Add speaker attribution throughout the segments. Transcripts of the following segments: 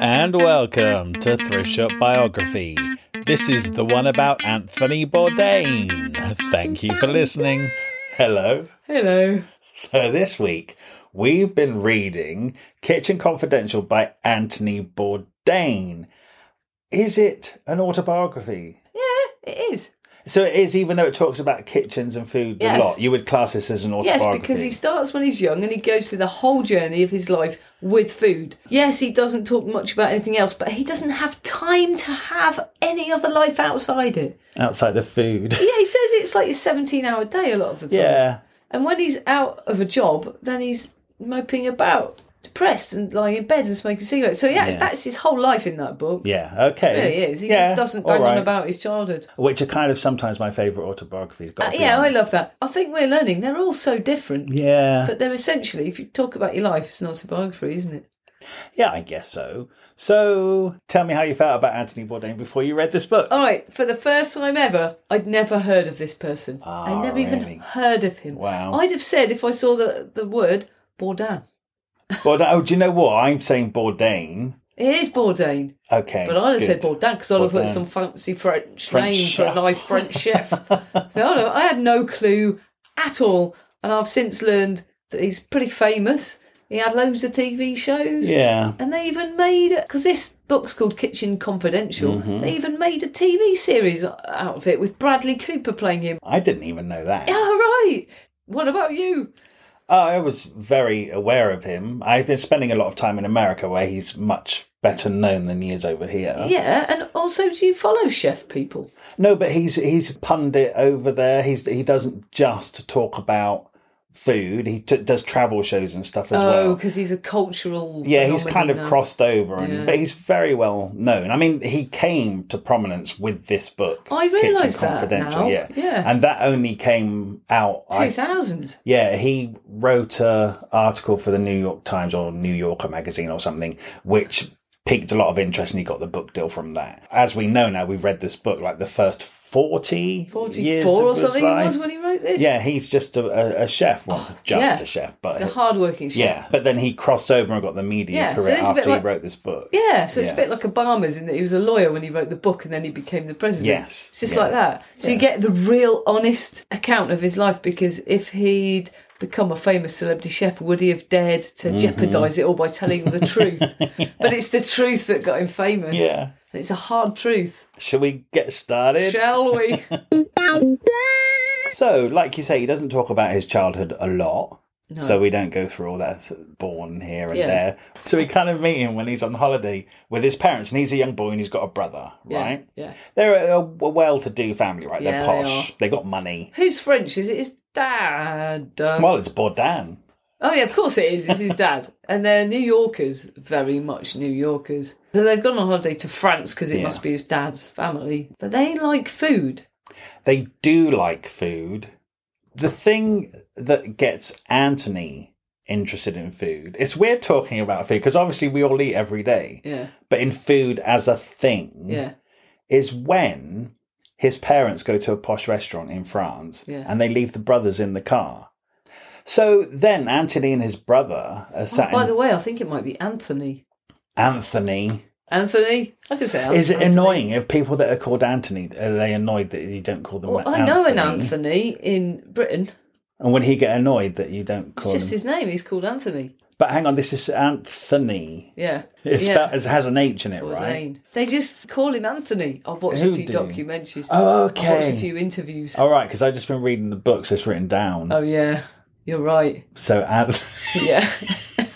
Speaker 1: And welcome to Thrift Shop Biography. This is the one about Anthony Bourdain. Thank you for listening. Hello.
Speaker 2: Hello.
Speaker 1: So this week we've been reading Kitchen Confidential by Anthony Bourdain. Is it an autobiography?
Speaker 2: Yeah, it is.
Speaker 1: So it is, even though it talks about kitchens and food
Speaker 2: Yes.
Speaker 1: a lot. You would class this as an
Speaker 2: Yes,
Speaker 1: autobiography.
Speaker 2: because he starts when he's young and he goes through the whole journey of his life with food. Yes, he doesn't talk much about anything else, but he doesn't have time to have any other life outside it.
Speaker 1: outside of food.
Speaker 2: Yeah, he says it's like a 17 hour day a lot of the time.
Speaker 1: yeah.
Speaker 2: And when he's out of a job, then he's moping about, depressed and lying in bed and smoking cigarettes. So yeah,
Speaker 1: Yeah.
Speaker 2: that's his whole life in that book.
Speaker 1: Yeah. Okay.
Speaker 2: It really is. He
Speaker 1: Yeah,
Speaker 2: just doesn't
Speaker 1: all
Speaker 2: bang on
Speaker 1: right.
Speaker 2: about his childhood.
Speaker 1: Which are kind of sometimes my favourite autobiographies. Got
Speaker 2: Uh, yeah, I love that. I think we're learning. They're all so different.
Speaker 1: Yeah.
Speaker 2: But they're essentially, if you talk about your life, it's not a biography, isn't it?
Speaker 1: Yeah, I guess so. So tell me how you felt about Anthony Bourdain before you read this book.
Speaker 2: All right, for the first time ever, I'd never heard of this person.
Speaker 1: Ah,
Speaker 2: I never
Speaker 1: really?
Speaker 2: even heard of him.
Speaker 1: Wow.
Speaker 2: I'd have said if I saw the, the word Bourdain.
Speaker 1: Bourdain, oh, do you know what? I'm saying Bourdain.
Speaker 2: It is Bourdain,
Speaker 1: Okay.
Speaker 2: but I'd have
Speaker 1: good.
Speaker 2: said Bourdain because I'd have
Speaker 1: Bourdain.
Speaker 2: heard some fancy French,
Speaker 1: French
Speaker 2: name for
Speaker 1: chef.
Speaker 2: a nice French chef. no, no, I had no clue at all, and I've since learned that he's pretty famous. He had loads of TV shows.
Speaker 1: Yeah.
Speaker 2: And they even made because this book's called Kitchen Confidential.
Speaker 1: Mm-hmm.
Speaker 2: They even made a TV series out of it with Bradley Cooper playing him.
Speaker 1: I didn't even know that.
Speaker 2: Yeah, all right. What about you?
Speaker 1: Oh, I was very aware of him. I've been spending a lot of time in America where he's much better known than he is over here.
Speaker 2: Yeah, and also, do you follow chef people?
Speaker 1: No, but he's he's pundit over there. He's he doesn't just talk about food. He t- does travel shows and stuff as well.
Speaker 2: Oh, because he's a cultural.
Speaker 1: Yeah, he's
Speaker 2: phenomenon
Speaker 1: kind of
Speaker 2: now.
Speaker 1: crossed over, and,
Speaker 2: Yeah.
Speaker 1: but he's very well known. I mean, he came to prominence with this book.
Speaker 2: Oh, I
Speaker 1: Kitchen
Speaker 2: realised that
Speaker 1: Confidential,
Speaker 2: now.
Speaker 1: Yeah.
Speaker 2: Yeah.
Speaker 1: and that only came out. I-
Speaker 2: Two thousand.
Speaker 1: yeah, he wrote a article for the New York Times or New Yorker magazine or something, which piqued a lot of interest, and he got the book deal from that. As we know now, we've read this book like the first forty,
Speaker 2: 44
Speaker 1: years
Speaker 2: or
Speaker 1: of his
Speaker 2: something it
Speaker 1: life.
Speaker 2: was when he wrote this.
Speaker 1: Yeah, he's just a, a, a chef, well, just
Speaker 2: yeah.
Speaker 1: a chef, but
Speaker 2: He's a hardworking chef.
Speaker 1: yeah, but then he crossed over and got the media
Speaker 2: Yeah, so
Speaker 1: career
Speaker 2: this is a bit
Speaker 1: after he
Speaker 2: like-
Speaker 1: wrote this book.
Speaker 2: Yeah, so it's
Speaker 1: Yeah.
Speaker 2: a bit like Obama's in that he was a lawyer when he wrote the book and then he became the president.
Speaker 1: Yes,
Speaker 2: It's just
Speaker 1: yeah.
Speaker 2: like that. So you get the real honest account of his life because if he'd become a famous celebrity chef, would he have dared to
Speaker 1: Mm-hmm.
Speaker 2: jeopardise it all by telling the truth? But it's the truth that got him famous.
Speaker 1: Yeah.
Speaker 2: And it's a hard truth.
Speaker 1: Shall we get started?
Speaker 2: Shall we?
Speaker 1: so, like you say, he doesn't talk about his childhood a lot. So we don't go through all that born here and
Speaker 2: Yeah.
Speaker 1: there. So we kind of meet him when he's on holiday with his parents, and he's a young boy and he's got a brother,
Speaker 2: Yeah,
Speaker 1: right?
Speaker 2: Yeah.
Speaker 1: They're a, a well-to-do family, right? They're
Speaker 2: Yeah, they
Speaker 1: posh. They got money.
Speaker 2: Who's French? Is it his dad? Uh,
Speaker 1: Well, it's Bourdain.
Speaker 2: Oh yeah, of course it is. It's his dad, and they're New Yorkers, very much New Yorkers. So they've gone on holiday to France because it
Speaker 1: Yeah.
Speaker 2: must be his dad's family. But they like food.
Speaker 1: They do like food. The thing that gets Anthony interested in food, it's weird talking about food because obviously we all eat every day,
Speaker 2: Yeah,
Speaker 1: but in food as a thing
Speaker 2: yeah,
Speaker 1: is when his parents go to a posh restaurant in France
Speaker 2: Yeah.
Speaker 1: and they leave the brothers in the car. So then Anthony and his brother are sat
Speaker 2: Oh, by
Speaker 1: in
Speaker 2: the way, I think it might be Anthony.
Speaker 1: Anthony.
Speaker 2: Anthony, I can say. An-
Speaker 1: Is it
Speaker 2: Anthony.
Speaker 1: annoying if people that are called Anthony are they annoyed that you don't call them
Speaker 2: Well,
Speaker 1: Anthony?
Speaker 2: Oh, I know an Anthony in Britain.
Speaker 1: And when he get annoyed that you don't
Speaker 2: It's
Speaker 1: call him
Speaker 2: just his name. He's called Anthony.
Speaker 1: But hang on, this is Anthony.
Speaker 2: Yeah.
Speaker 1: It's
Speaker 2: yeah.
Speaker 1: spelled, it has an H in it,
Speaker 2: Bourdain.
Speaker 1: right?
Speaker 2: They just call him Anthony. I've watched
Speaker 1: Who
Speaker 2: a few
Speaker 1: do?
Speaker 2: documentaries.
Speaker 1: Oh,
Speaker 2: I've watched a
Speaker 1: okay.
Speaker 2: few interviews.
Speaker 1: All right, because I've just been reading the books it's written down.
Speaker 2: Oh yeah, you're right.
Speaker 1: So, Anth-
Speaker 2: Yeah.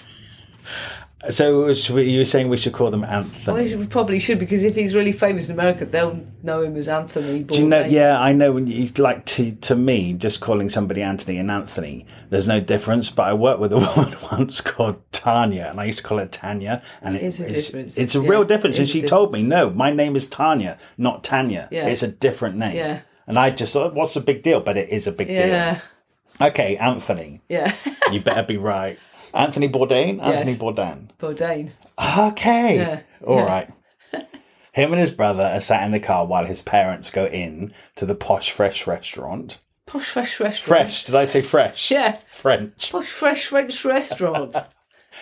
Speaker 1: so should we- you were saying we should call them
Speaker 2: Well,
Speaker 1: Anthony.
Speaker 2: he should- probably should because if he's really famous in America, they'll know him as Anthony. Bourdain.
Speaker 1: Do you know? Yeah, I know. When you like to to me, just calling somebody Anthony and Anthony, there's no difference. But I worked with a woman once called Tanya, and I used to call her Tanya, and it-
Speaker 2: is a
Speaker 1: it's-
Speaker 2: difference.
Speaker 1: It's a
Speaker 2: Yeah,
Speaker 1: real difference.
Speaker 2: it
Speaker 1: And
Speaker 2: is a
Speaker 1: she told me, no, my name is Tanya, not Tanya.
Speaker 2: Yeah.
Speaker 1: It's a different name.
Speaker 2: Yeah.
Speaker 1: And I just thought, what's the big deal? But it is a big deal.
Speaker 2: Yeah,
Speaker 1: Okay, Anthony.
Speaker 2: yeah,
Speaker 1: You better be right. Anthony Bourdain? Anthony
Speaker 2: Yes.
Speaker 1: Bourdain.
Speaker 2: Bourdain.
Speaker 1: Okay.
Speaker 2: Yeah.
Speaker 1: All
Speaker 2: Yeah.
Speaker 1: right. Him and his brother are sat in the car while his parents go in to the posh fresh restaurant.
Speaker 2: Posh fresh restaurant.
Speaker 1: Fresh, did I say fresh?
Speaker 2: Yeah.
Speaker 1: French.
Speaker 2: Posh fresh French restaurant.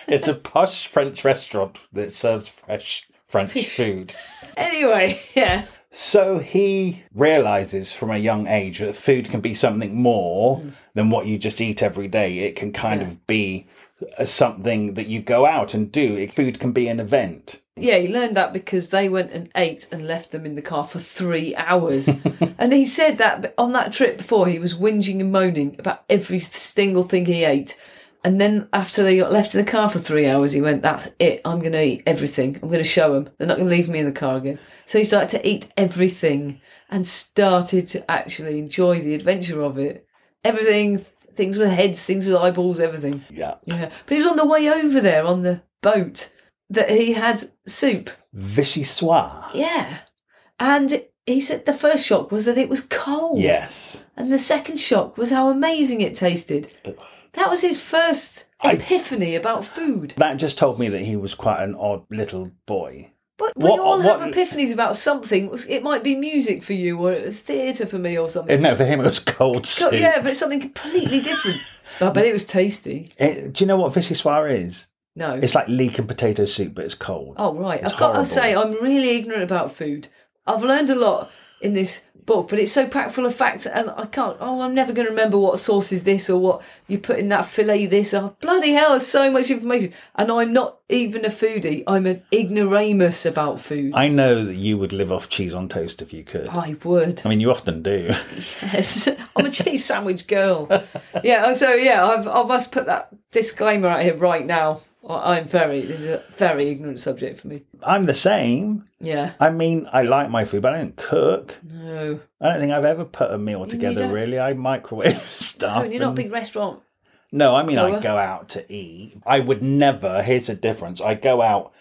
Speaker 1: It's a posh French restaurant that serves fresh French food.
Speaker 2: Anyway, yeah.
Speaker 1: So he realizes from a young age that food can be something more
Speaker 2: Hmm.
Speaker 1: than what you just eat every day. It can kind of be uh, something that you go out and do. It- Food can be an event.
Speaker 2: Yeah, he learned that because they went and ate and left them in the car for three hours. and he said that b- on that trip before, he was whinging and moaning about every single thing he ate. And then after they got left in the car for three hours, he went, That's it. I'm going to eat everything. I'm going to show them. They're not going to leave me in the car again. So he started to eat everything and started to actually enjoy the adventure of it. Everything, things with heads, things with eyeballs, everything.
Speaker 1: Yeah.
Speaker 2: Yeah. But he was on the way over there on the boat that he had soup.
Speaker 1: Vichyssoise.
Speaker 2: Yeah. And he said the first shock was that it was cold.
Speaker 1: Yes.
Speaker 2: And the second shock was how amazing it tasted. That was his first
Speaker 1: I-
Speaker 2: epiphany about food.
Speaker 1: That just told me that he was quite an odd little boy.
Speaker 2: But we
Speaker 1: What- uh,
Speaker 2: all have
Speaker 1: what-
Speaker 2: epiphanies about something. It might be music for you or theatre for me or
Speaker 1: Uh,
Speaker 2: something.
Speaker 1: No, for him it was cold
Speaker 2: So-
Speaker 1: soup.
Speaker 2: yeah, but something completely different. I bet it was tasty.
Speaker 1: It- Eh, do you know what vichyssoise is?
Speaker 2: No.
Speaker 1: It's like leek and potato soup, but it's cold.
Speaker 2: Oh right,
Speaker 1: It's
Speaker 2: I've got
Speaker 1: horrible.
Speaker 2: to say I'm really ignorant about food. I've learned a lot in this book, but it's so packed full of facts, and I can't. Oh, I'm never going to remember what sauce is this or what you put in that fillet. This, oh bloody hell, there's so much information, and I'm not even a foodie. I'm an ignoramus about food. I,
Speaker 1: I know that you would live off cheese on toast if you could.
Speaker 2: Oh. would.
Speaker 1: I mean, you often do.
Speaker 2: Yes, I'm a cheese sandwich girl. Yeah, so yeah, I've, I must put that disclaimer out here right now. I- I'm very. This is a very ignorant subject for me.
Speaker 1: I'm the same.
Speaker 2: Yeah.
Speaker 1: I mean, I like my food, but I don't cook.
Speaker 2: No.
Speaker 1: I don't think I've ever put a meal together,
Speaker 2: don't-
Speaker 1: really. I microwave stuff.
Speaker 2: Oh, and you're not a
Speaker 1: and-
Speaker 2: big restaurant
Speaker 1: No, I mean, I
Speaker 2: Lower?
Speaker 1: go out to eat. I would never, here's the difference. I go out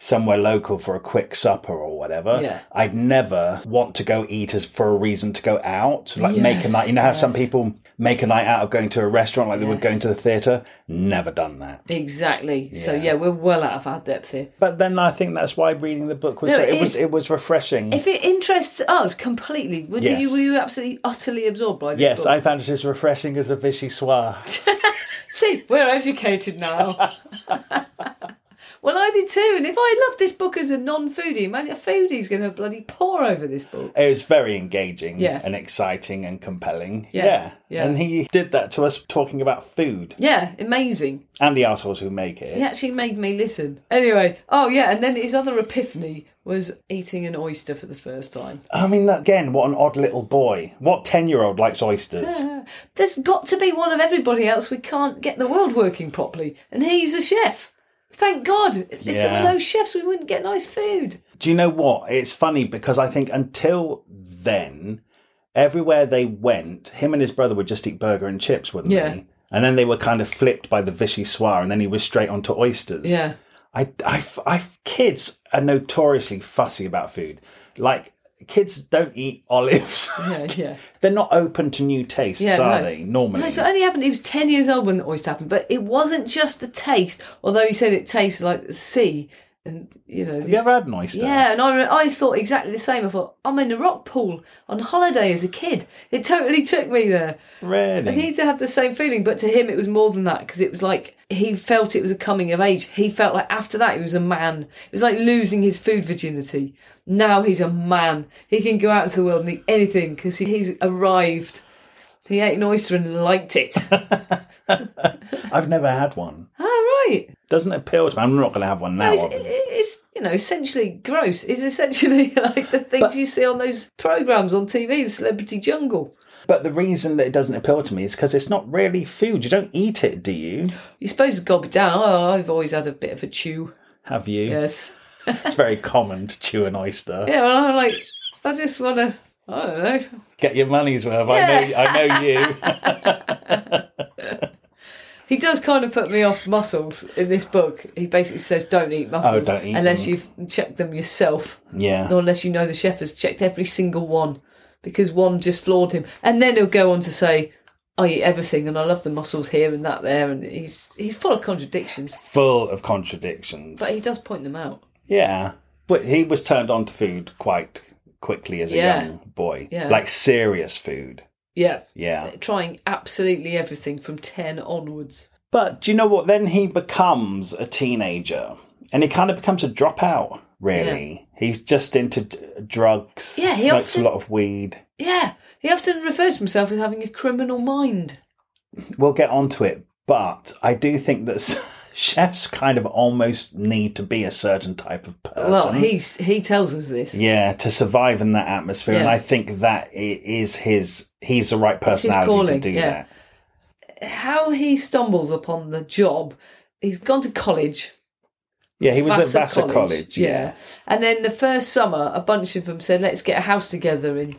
Speaker 1: somewhere local for a quick supper or whatever.
Speaker 2: Yeah.
Speaker 1: I'd never want to go eat as for a reason to go out. Like make a
Speaker 2: Yes,
Speaker 1: night. You know how some
Speaker 2: yes.
Speaker 1: people make a night out of going to a restaurant like they
Speaker 2: Yes.
Speaker 1: would going to the theatre? Never done that.
Speaker 2: Exactly. So
Speaker 1: Yeah.
Speaker 2: yeah, we're well out of our depth here.
Speaker 1: But then I think that's why reading the book was
Speaker 2: No,
Speaker 1: so,
Speaker 2: it
Speaker 1: it was
Speaker 2: is-
Speaker 1: it was refreshing.
Speaker 2: If it interests us completely, were, do
Speaker 1: Yes.
Speaker 2: you, were you absolutely utterly absorbed by this
Speaker 1: yes,
Speaker 2: book?
Speaker 1: I found it as refreshing as a vichyssoise.
Speaker 2: See, we're educated now. well, I did too. And if I loved this book as a non-foodie, imagine a foodie's going to bloody pour over this book.
Speaker 1: It was very engaging
Speaker 2: Yeah.
Speaker 1: and exciting and compelling.
Speaker 2: Yeah, yeah.
Speaker 1: And he did that to us talking about food.
Speaker 2: Yeah, amazing.
Speaker 1: and the assholes who make it.
Speaker 2: He actually made me listen. Anyway, oh yeah, and then his other epiphany was eating an oyster for the first time.
Speaker 1: I mean, that- again, what an odd little boy. What ten-year-old likes oysters?
Speaker 2: There's got to be one of everybody else. We can't get the world working properly. And he's a chef. Thank God. If there
Speaker 1: Yeah.
Speaker 2: were no chefs, we wouldn't get nice food.
Speaker 1: Do you know what? It's funny because I think until then, everywhere they went, him and his brother would just eat burger and chips, wouldn't
Speaker 2: Yeah.
Speaker 1: they? And then they were kind of flipped by the vichyssoise, and then he was straight onto oysters.
Speaker 2: Yeah.
Speaker 1: I, I, I, kids are notoriously fussy about food. Like, kids don't eat olives.
Speaker 2: Yeah, yeah.
Speaker 1: They're not open to new tastes,
Speaker 2: Yeah,
Speaker 1: are
Speaker 2: no.
Speaker 1: they? Normally.
Speaker 2: No, so it only happened, he was 10 years old when the oyster happened, but it wasn't just the taste, although he said it tastes like the sea. And, you know,
Speaker 1: Have
Speaker 2: the,
Speaker 1: you ever had an oyster?
Speaker 2: Yeah, and I, re- I thought exactly the same. I thought, I'm in a rock pool on holiday as a kid. It totally took me there.
Speaker 1: Really?
Speaker 2: And he had the same feeling, but to him it was more than that because it was like he felt it was a coming of age. He felt like after that he was a man. It was like losing his food virginity. Now he's a man. He can go out into the world and eat anything because he's arrived. He ate an oyster and liked it. Ah,
Speaker 1: I've never had one.
Speaker 2: All right.
Speaker 1: Doesn't appeal to me. I'm not going to have one now.
Speaker 2: It's, it's you know essentially gross. It's essentially like the things you see on those programs on TV, Celebrity Jungle.
Speaker 1: but the reason that it doesn't appeal to me is because it's not really food. You don't eat it, do you?
Speaker 2: You're supposed to gob it down. Oh, I've always had a bit of a chew.
Speaker 1: Have you?
Speaker 2: Yes.
Speaker 1: It's very common to chew an oyster.
Speaker 2: Yeah, well, I'm like, I just want to, I don't know.
Speaker 1: Get your money's worth.
Speaker 2: Yeah.
Speaker 1: I know. I know you.
Speaker 2: He does kind of put me off mussels in this book. He basically says, don't eat mussels
Speaker 1: Oh, don't eat
Speaker 2: unless
Speaker 1: them.
Speaker 2: you've checked them yourself,
Speaker 1: yeah.
Speaker 2: or unless you know the chef has checked every single one, because one just floored him. And then he'll go on to say, I eat everything and I love the mussels here and that there. And he's he's full of contradictions,
Speaker 1: Full of contradictions.
Speaker 2: but he does point them out.
Speaker 1: yeah. But he was turned on to food quite quickly as a
Speaker 2: Yeah.
Speaker 1: young boy.
Speaker 2: Yeah.
Speaker 1: Like serious food.
Speaker 2: Yeah,
Speaker 1: Yeah.
Speaker 2: trying absolutely everything from 10 onwards.
Speaker 1: But do you know what? Then he becomes a teenager and he kind of becomes a dropout, really. He's just into d- drugs,
Speaker 2: Yeah, he
Speaker 1: smokes
Speaker 2: often-
Speaker 1: a lot of weed.
Speaker 2: Yeah, he often refers to himself as having a criminal mind.
Speaker 1: We'll get onto it. But I do think that chefs kind of almost need to be a certain type of person.
Speaker 2: Well, he's he tells us this.
Speaker 1: Yeah, to survive in that atmosphere, and
Speaker 2: Yeah.
Speaker 1: I think that i- is his—he's the right
Speaker 2: his
Speaker 1: personality
Speaker 2: calling,
Speaker 1: to do
Speaker 2: yeah.
Speaker 1: that.
Speaker 2: How he stumbles upon the job. He's gone to college.
Speaker 1: Yeah, he was
Speaker 2: Vassar
Speaker 1: at Vassar College. yeah.
Speaker 2: And then the first summer, a bunch of them said, "Let's get a house together in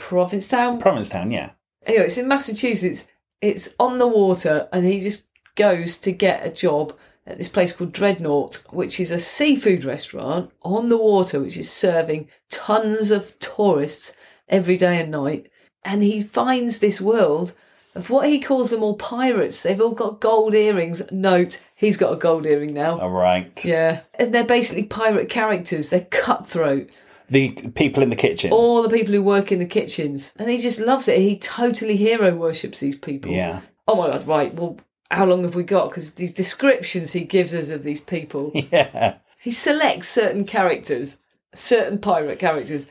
Speaker 2: Provincetown."
Speaker 1: Provincetown. Yeah,
Speaker 2: Anyway, it's in Massachusetts. It's on the water, and he just goes to get a job at this place called Dreadnought, which is a seafood restaurant on the water, which is serving tons of tourists every day and night. And he finds this world of what he calls them all pirates. They've all got gold earrings. Note, he's got a gold earring now.
Speaker 1: all right.
Speaker 2: Yeah. And they're basically pirate characters. They're cutthroat.
Speaker 1: The people in the kitchen.
Speaker 2: All the people who work in the kitchens. And he just loves it. He totally hero worships these people.
Speaker 1: yeah,
Speaker 2: Oh my God, right. Well, how long have we got? Because these descriptions he gives us of these people,
Speaker 1: yeah,
Speaker 2: he selects certain characters, certain pirate characters.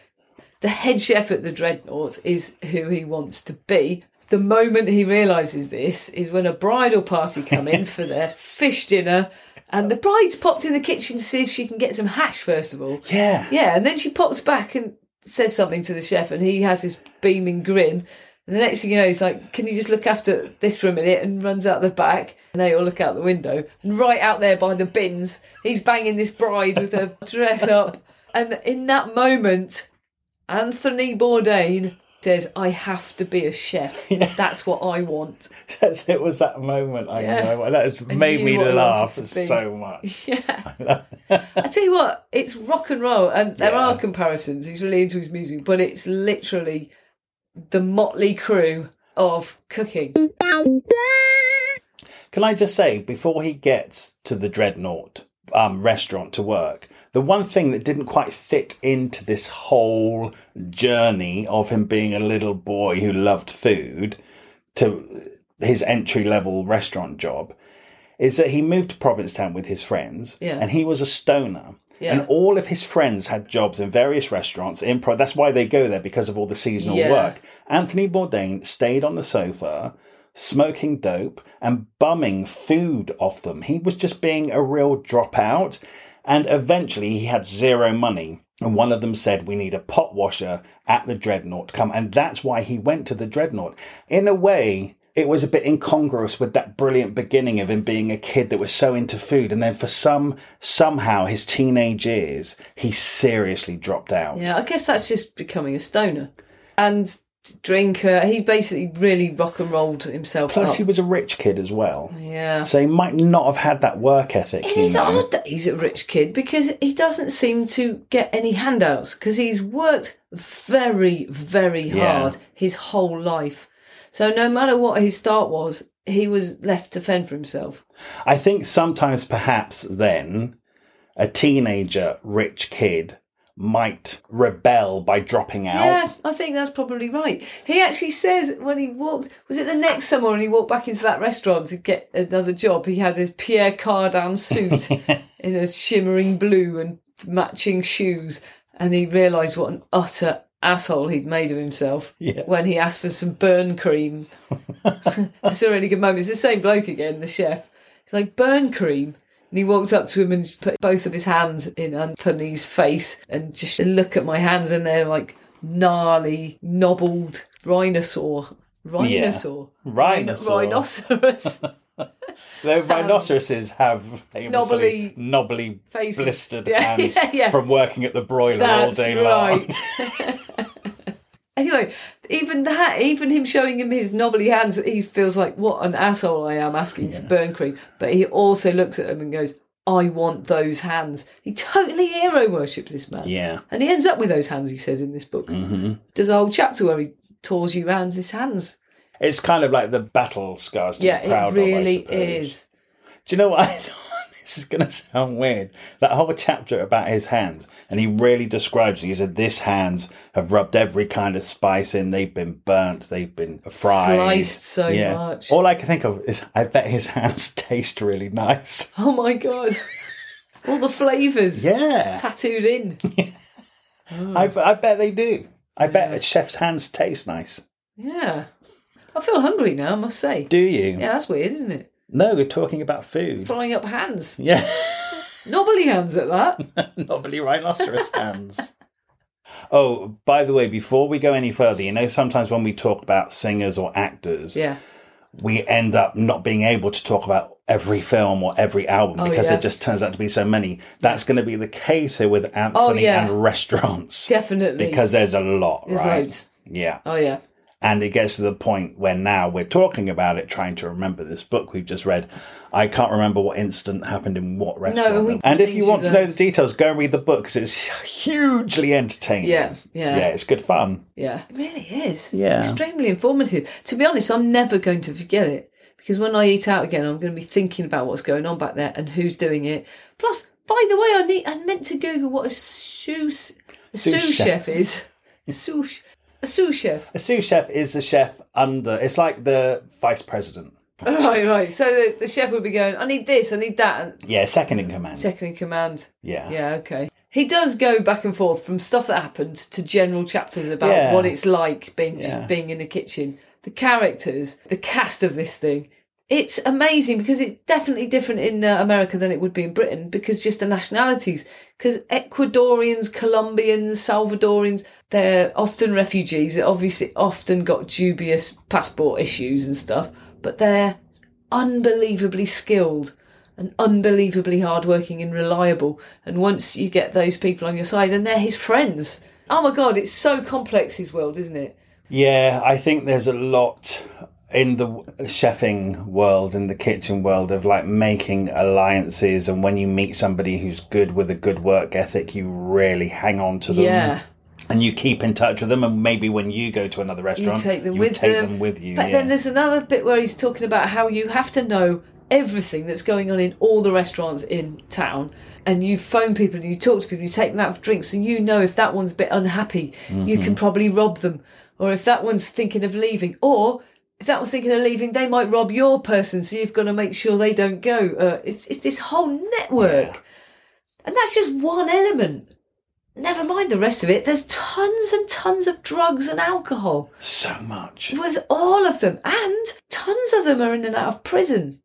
Speaker 2: The head chef at the Dreadnought is who he wants to be. The moment he realises this is when a bridal party come in for their fish dinner, and the bride's popped in the kitchen to see if she can get some hash first of all.
Speaker 1: yeah.
Speaker 2: Yeah, and then she pops back and says something to the chef, and he has this beaming grin. And the next thing you know, he's like, "Can you just look after this for a minute?" And runs out the back, and they all look out the window, and right out there by the bins, he's banging this bride with her dress up. And in that moment, Anthony Bourdain says, "I have to be a chef. That's what I want."
Speaker 1: That's it. Was that moment? I
Speaker 2: Yeah.
Speaker 1: know that has made
Speaker 2: knew
Speaker 1: me
Speaker 2: what I
Speaker 1: laugh
Speaker 2: wanted to be.
Speaker 1: so much.
Speaker 2: Yeah. I tell you what, it's rock and roll, and there
Speaker 1: Yeah.
Speaker 2: are comparisons. He's really into his music, but it's literally the motley crew of cooking.
Speaker 1: Can I just say before he gets to the dreadnought um, restaurant to work, the one thing that didn't quite fit into this whole journey of him being a little boy who loved food to his entry level restaurant job is that he moved to Provincetown with his friends
Speaker 2: Yeah.
Speaker 1: and he was a stoner.
Speaker 2: Yeah.
Speaker 1: And all of his friends had jobs in various restaurants in Pro. That's why they go there because of all the seasonal
Speaker 2: Yeah.
Speaker 1: work. Anthony Bourdain stayed on the sofa, smoking dope and bumming food off them. He was just being a real dropout. And eventually he had zero money. And one of them said, We need a pot washer at the Dreadnought to come. And that's why he went to the Dreadnought. In a way, it was a bit incongruous with that brilliant beginning of him being a kid that was so into food. And then for some, somehow his teenage years, he seriously dropped out.
Speaker 2: Yeah, I guess that's just becoming a stoner and drinker. He basically really rock and rolled himself
Speaker 1: Plus,
Speaker 2: up.
Speaker 1: he was a rich kid as well.
Speaker 2: Oh. yeah.
Speaker 1: So he might not have had that work ethic.
Speaker 2: It
Speaker 1: you
Speaker 2: is
Speaker 1: know.
Speaker 2: odd that he's a rich kid because he doesn't seem to get any handouts because he's worked very, very
Speaker 1: Yeah.
Speaker 2: hard his whole life. So no matter what his start was, he was left to fend for himself.
Speaker 1: I think sometimes perhaps then a teenager rich kid might rebel by dropping out.
Speaker 2: Yeah, I think that's probably right. He actually says when he walked, was it the next summer when he walked back into that restaurant to get another job? He had his Pierre Cardin suit in a shimmering blue and matching shoes, and he realised what an utter asshole he'd made of himself
Speaker 1: Yeah.
Speaker 2: when he asked for some burn cream. that's a really good moment. It's the same bloke again, the chef. He's like, burn cream. And he walked up to him and just put both of his hands in Anthony's face and just said, look at my hands and they're like gnarly, knobbled rhinosaur. Rhinosaur.
Speaker 1: Rhinosaur.
Speaker 2: Rhinoceros
Speaker 1: Though rhinoceroses have famously
Speaker 2: Knobbly-
Speaker 1: knobbly
Speaker 2: faces.
Speaker 1: blistered
Speaker 2: Yeah,
Speaker 1: hands
Speaker 2: yeah, yeah.
Speaker 1: from working at the broiler
Speaker 2: That's
Speaker 1: all day long.
Speaker 2: right. anyway, even that, even him showing him his knobbly hands, he feels like, what an asshole I am asking for burn cream. But he also looks at them and goes, I want those hands. He totally hero worships this man.
Speaker 1: Yeah.
Speaker 2: And he ends up with those hands, he says in this book.
Speaker 1: hmm
Speaker 2: There's a whole chapter where he tours you round his hands.
Speaker 1: It's kind of like the battle scars to
Speaker 2: Yeah,
Speaker 1: be proud
Speaker 2: it
Speaker 1: of, I
Speaker 2: really
Speaker 1: suppose.
Speaker 2: is.
Speaker 1: Do you know what? I this is going to sound weird. That whole chapter about his hands, and he really describes it. He said, "This hands have rubbed every kind of spice in. They've been burnt. They've been fried,
Speaker 2: Sliced so much.
Speaker 1: All I can think of is, I bet his hands taste really nice.
Speaker 2: Oh my god. All the flavours
Speaker 1: Yeah,
Speaker 2: tattooed in. Oh,
Speaker 1: I, I bet they do. I bet a chef's hands taste nice.
Speaker 2: Yeah. I feel hungry now, I must say.
Speaker 1: Do you?
Speaker 2: Yeah, that's weird, isn't it?
Speaker 1: No, we're talking about food.
Speaker 2: Flying up hands.
Speaker 1: Yeah.
Speaker 2: Knobbly hands at that.
Speaker 1: Knobbly rhinoceros hands. Oh, by the way, before we go any further, you know, sometimes when we talk about singers or actors,
Speaker 2: Yeah.
Speaker 1: we end up not being able to talk about every film or every album because
Speaker 2: Oh, yeah.
Speaker 1: it just turns out to be so many. That's going to be the case here with Anthony
Speaker 2: Oh, yeah.
Speaker 1: and restaurants
Speaker 2: Definitely.
Speaker 1: because there's a lot,
Speaker 2: There's
Speaker 1: right?
Speaker 2: loads.
Speaker 1: Yeah.
Speaker 2: Oh yeah.
Speaker 1: And it gets to the point where now we're talking about it, trying to remember this book we've just read. I can't remember what incident happened in what restaurant.
Speaker 2: we-
Speaker 1: and if
Speaker 2: things
Speaker 1: you want
Speaker 2: you
Speaker 1: to know
Speaker 2: learn.
Speaker 1: the details, go and read the book 'cause it's hugely entertaining.
Speaker 2: Yeah. Yeah.
Speaker 1: Yeah, it's good fun.
Speaker 2: Yeah. It really is.
Speaker 1: Yeah.
Speaker 2: It's extremely informative. To be honest, I'm never going to forget it because when I eat out again, I'm going to be thinking about what's going on back there and who's doing it. Plus, by the way, I need I meant to Google what a sous a
Speaker 1: Sous
Speaker 2: sous,
Speaker 1: chef.
Speaker 2: chef. is. sous a sous chef.
Speaker 1: A sous chef is the chef under, it's like the vice president.
Speaker 2: Right, right. So the, the chef would be going, I need this, I need that, and
Speaker 1: Yeah, second in command.
Speaker 2: second in command.
Speaker 1: yeah.
Speaker 2: Yeah, okay. He does go back and forth from stuff that happened to general chapters about
Speaker 1: Yeah.
Speaker 2: what it's like being
Speaker 1: Yeah.
Speaker 2: just being in the kitchen, the characters, the cast of this thing. It's amazing because it's definitely different in uh, America than it would be in Britain because just the nationalities. Because Ecuadorians, Colombians, Salvadorians, they're often refugees. They obviously often got dubious passport issues and stuff, but they're unbelievably skilled and unbelievably hardworking and reliable. And once you get those people on your side, and they're his friends. Oh my God, it's so complex, his world, isn't it?
Speaker 1: Yeah, I think there's a lot in the w- chefing world, in the kitchen world, of like making alliances. And when you meet somebody who's good with a good work ethic, you really hang on to them.
Speaker 2: Yeah.
Speaker 1: And you keep in touch with them. And maybe when you go to another restaurant,
Speaker 2: take them with
Speaker 1: take
Speaker 2: them.
Speaker 1: them with you.
Speaker 2: But
Speaker 1: yeah.
Speaker 2: then there's another bit where he's talking about how you have to know everything that's going on in all the restaurants in town and you phone people and you talk to people you take them out for drinks and you know if that one's a bit unhappy you
Speaker 1: Mm-hmm.
Speaker 2: can probably rob them or if that one's thinking of leaving or if that one's thinking of leaving they might rob your person so you've got to make sure they don't go uh, it's, it's this whole network
Speaker 1: Yeah.
Speaker 2: and that's just one element never mind the rest of it there's tons and tons of drugs and alcohol
Speaker 1: so much.
Speaker 2: with all of them, and tons of them are in and out of prison.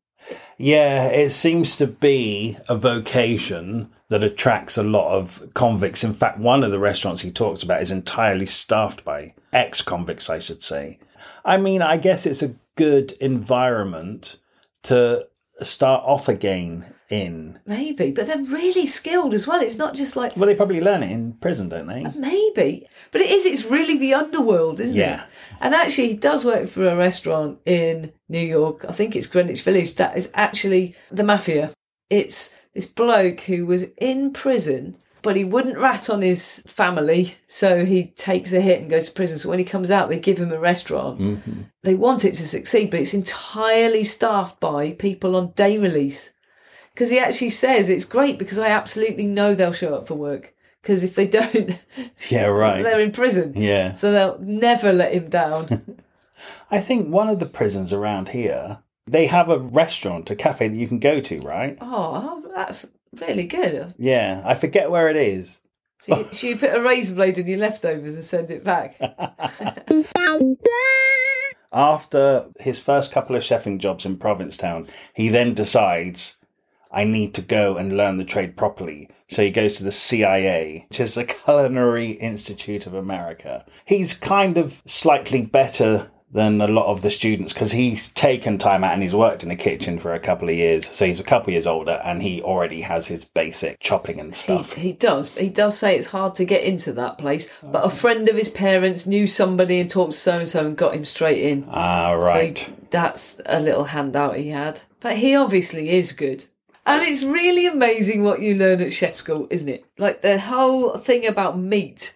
Speaker 1: Yeah, it seems to be a vocation that attracts a lot of convicts. In fact, one of the restaurants he talks about is entirely staffed by ex convicts, I should say. I mean, I guess it's a good environment to start off again in.
Speaker 2: Maybe, but they're really skilled as well. It's not just like
Speaker 1: Well, they probably learn it in prison, don't they?
Speaker 2: maybe, but it is. It's really the underworld, isn't
Speaker 1: Yeah.
Speaker 2: it? And actually, he does work for a restaurant in New York. I think it's Greenwich Village. That is actually the mafia. It's this bloke who was in prison, but he wouldn't rat on his family, so he takes a hit and goes to prison. So when he comes out, they give him a restaurant. They want it to succeed, but it's entirely staffed by people on day release. Because he actually says it's great because I absolutely know they'll show up for work. Because if they don't,
Speaker 1: Yeah, right.
Speaker 2: they're in prison.
Speaker 1: Yeah.
Speaker 2: So they'll never let him down.
Speaker 1: I think one of the prisons around here, they have a restaurant, a cafe that you can go to, right?
Speaker 2: oh, that's really good.
Speaker 1: Yeah, I forget where it is.
Speaker 2: So you, so you put a razor blade in your leftovers and send it back.
Speaker 1: after his first couple of chefing jobs in Provincetown, he then decides, I need to go and learn the trade properly. So he goes to the CIA, which is the Culinary Institute of America. He's kind of slightly better than a lot of the students because he's taken time out and he's worked in a kitchen for a couple of years. So he's a couple of years older and he already has his basic chopping and
Speaker 2: He,
Speaker 1: stuff.
Speaker 2: he does. But he does say it's hard to get into that place. But a friend of his parents knew somebody and talked to so and so and got him straight in.
Speaker 1: Ah, right.
Speaker 2: So that's a little handout he had. But he obviously is good. And it's really amazing what you learn at chef school, isn't it? Like the whole thing about meat.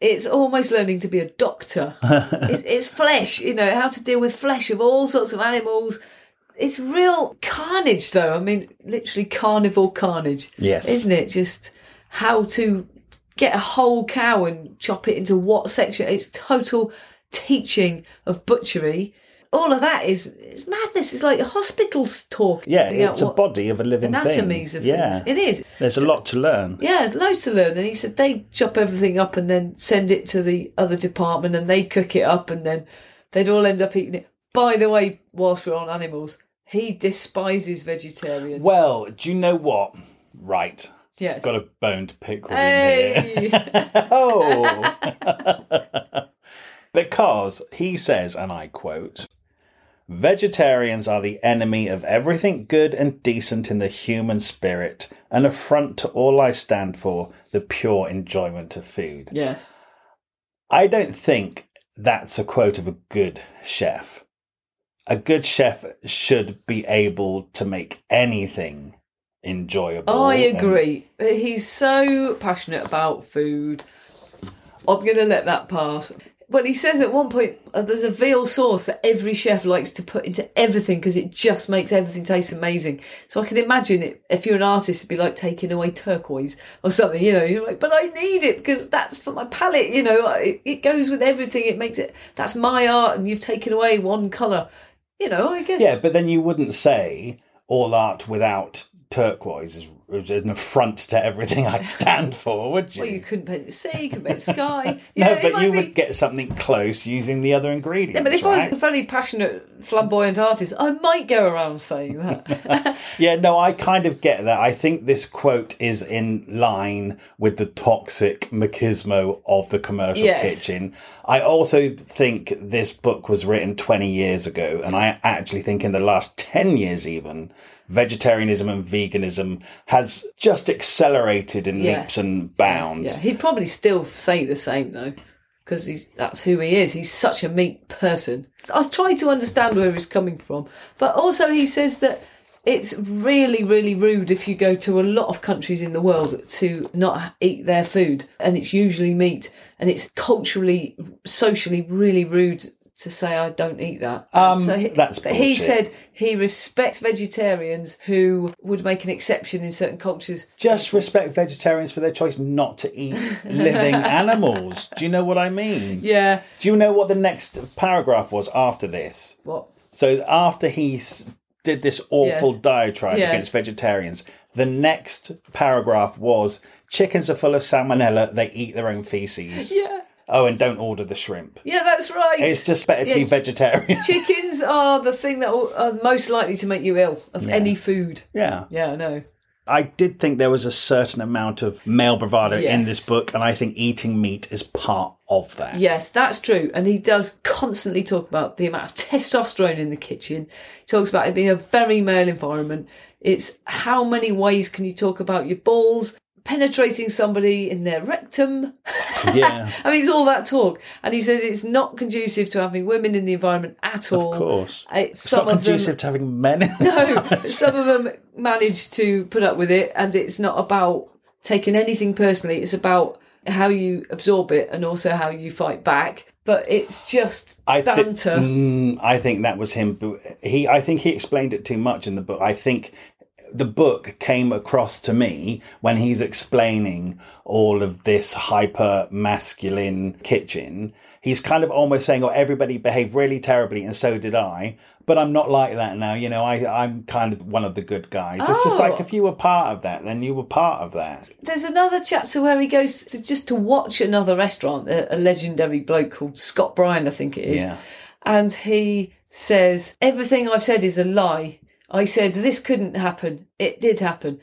Speaker 2: It's almost learning to be a doctor. it's, it's flesh, you know, how to deal with flesh of all sorts of animals. It's real carnage, though. I mean, literally carnival carnage.
Speaker 1: Yes.
Speaker 2: Isn't it? Just how to get a whole cow and chop it into what section. It's total teaching of butchery. All of that is it's madness. It's like hospitals talk.
Speaker 1: Yeah,
Speaker 2: You know,
Speaker 1: it's a
Speaker 2: what-
Speaker 1: body of a living thing.
Speaker 2: anatomies of
Speaker 1: yeah.
Speaker 2: things. It is.
Speaker 1: There's a lot to learn.
Speaker 2: Yeah, there's loads to learn. And he said they chop everything up and then send it to the other department and they cook it up and then they'd all end up eating it. By the way, whilst we're on animals, he despises vegetarians.
Speaker 1: Well, do you know what? Right.
Speaker 2: yes.
Speaker 1: Got a bone to pick with him here.
Speaker 2: hey!
Speaker 1: oh. because he says, and I quote, Vegetarians are the enemy of everything good and decent in the human spirit, an affront to all I stand for, the pure enjoyment of food.
Speaker 2: yes.
Speaker 1: I don't think that's a quote of a good chef. A good chef should be able to make anything enjoyable.
Speaker 2: Oh, I
Speaker 1: and-
Speaker 2: agree. He's so passionate about food. I'm going to let that pass. But he says at one point uh, there's a veal sauce that every chef likes to put into everything because it just makes everything taste amazing. So I can imagine it if you're an artist, it'd be like taking away turquoise or something. You know, you're like, but I need it because that's for my palate. You know, it, it goes with everything. It makes it that's my art, and you've taken away one color. You know, I guess.
Speaker 1: Yeah, but then you wouldn't say all art without turquoise is, is an affront to everything I stand for, would you?
Speaker 2: Well, you couldn't paint the sea, you could paint the sky. You
Speaker 1: no,
Speaker 2: know, it
Speaker 1: but
Speaker 2: might
Speaker 1: you
Speaker 2: be-
Speaker 1: would get something close using the other ingredients.
Speaker 2: Yeah, but if I
Speaker 1: right?
Speaker 2: was a very passionate, flamboyant artist, I might go around saying that.
Speaker 1: Yeah, no, I kind of get that. I think this quote is in line with the toxic machismo of the commercial
Speaker 2: Yes.
Speaker 1: kitchen. I also think this book was written 20 years ago, and I actually think in the last 10 years, even, vegetarianism and veganism has just accelerated in
Speaker 2: Yes.
Speaker 1: leaps and bounds.
Speaker 2: yeah, he'd probably still say the same though, because that's who he is. He's such a meat person. I was trying to understand where he's coming from, but also he says that it's really, really rude if you go to a lot of countries in the world to not eat their food, and it's usually meat, and it's culturally, socially, really rude. To say I don't eat that.
Speaker 1: Um,
Speaker 2: he-
Speaker 1: that's
Speaker 2: but he
Speaker 1: bullshit.
Speaker 2: said he respects vegetarians who would make an exception in certain cultures
Speaker 1: Just respect vegetarians for their choice not to eat living animals. Do you know what I mean?
Speaker 2: Yeah.
Speaker 1: Do you know what the next paragraph was after this?
Speaker 2: What?
Speaker 1: So after he s- did this awful
Speaker 2: Yes.
Speaker 1: diatribe
Speaker 2: Yes.
Speaker 1: against vegetarians, the next paragraph was chickens are full of salmonella, they eat their own feces.
Speaker 2: Yeah.
Speaker 1: Oh, and don't order the shrimp.
Speaker 2: Yeah, that's right.
Speaker 1: It's just better to
Speaker 2: Yeah.
Speaker 1: be vegetarian.
Speaker 2: Chickens are the thing that are most likely to make you ill of any food.
Speaker 1: yeah.
Speaker 2: Yeah, I know.
Speaker 1: I did think there was a certain amount of male bravado in
Speaker 2: Yes.
Speaker 1: this book, and I think eating meat is part of that.
Speaker 2: Yes, that's true. And he does constantly talk about the amount of testosterone in the kitchen. He talks about it being a very male environment. It's how many ways can you talk about your balls, penetrating somebody in their rectum.
Speaker 1: Yeah,
Speaker 2: I mean, it's all that talk. And he says it's not conducive to having women in the environment at all.
Speaker 1: of course.
Speaker 2: I-
Speaker 1: It's
Speaker 2: some
Speaker 1: not
Speaker 2: of them
Speaker 1: conducive to having men.
Speaker 2: no, but some of them manage to put up with it, and it's not about taking anything personally. It's about how you absorb it and also how you fight back. But it's just
Speaker 1: I thi-
Speaker 2: banter.
Speaker 1: Mm, I think that was him. He, I think he explained it too much in the book. I think the book came across to me when he's explaining all of this hyper masculine kitchen. He's kind of almost saying, "Oh, everybody behaved really terribly, and so did I." But I'm not like that now. You know, I, I'm kind of one of the good guys. It's just
Speaker 2: Oh.
Speaker 1: like if you were part of that, then you were part of that.
Speaker 2: There's another chapter where he goes to just to watch another restaurant, a, a legendary bloke called Scott Bryan, I think it is.
Speaker 1: Yeah.
Speaker 2: and he says everything i've said is a lie i said this couldn't happen it did happen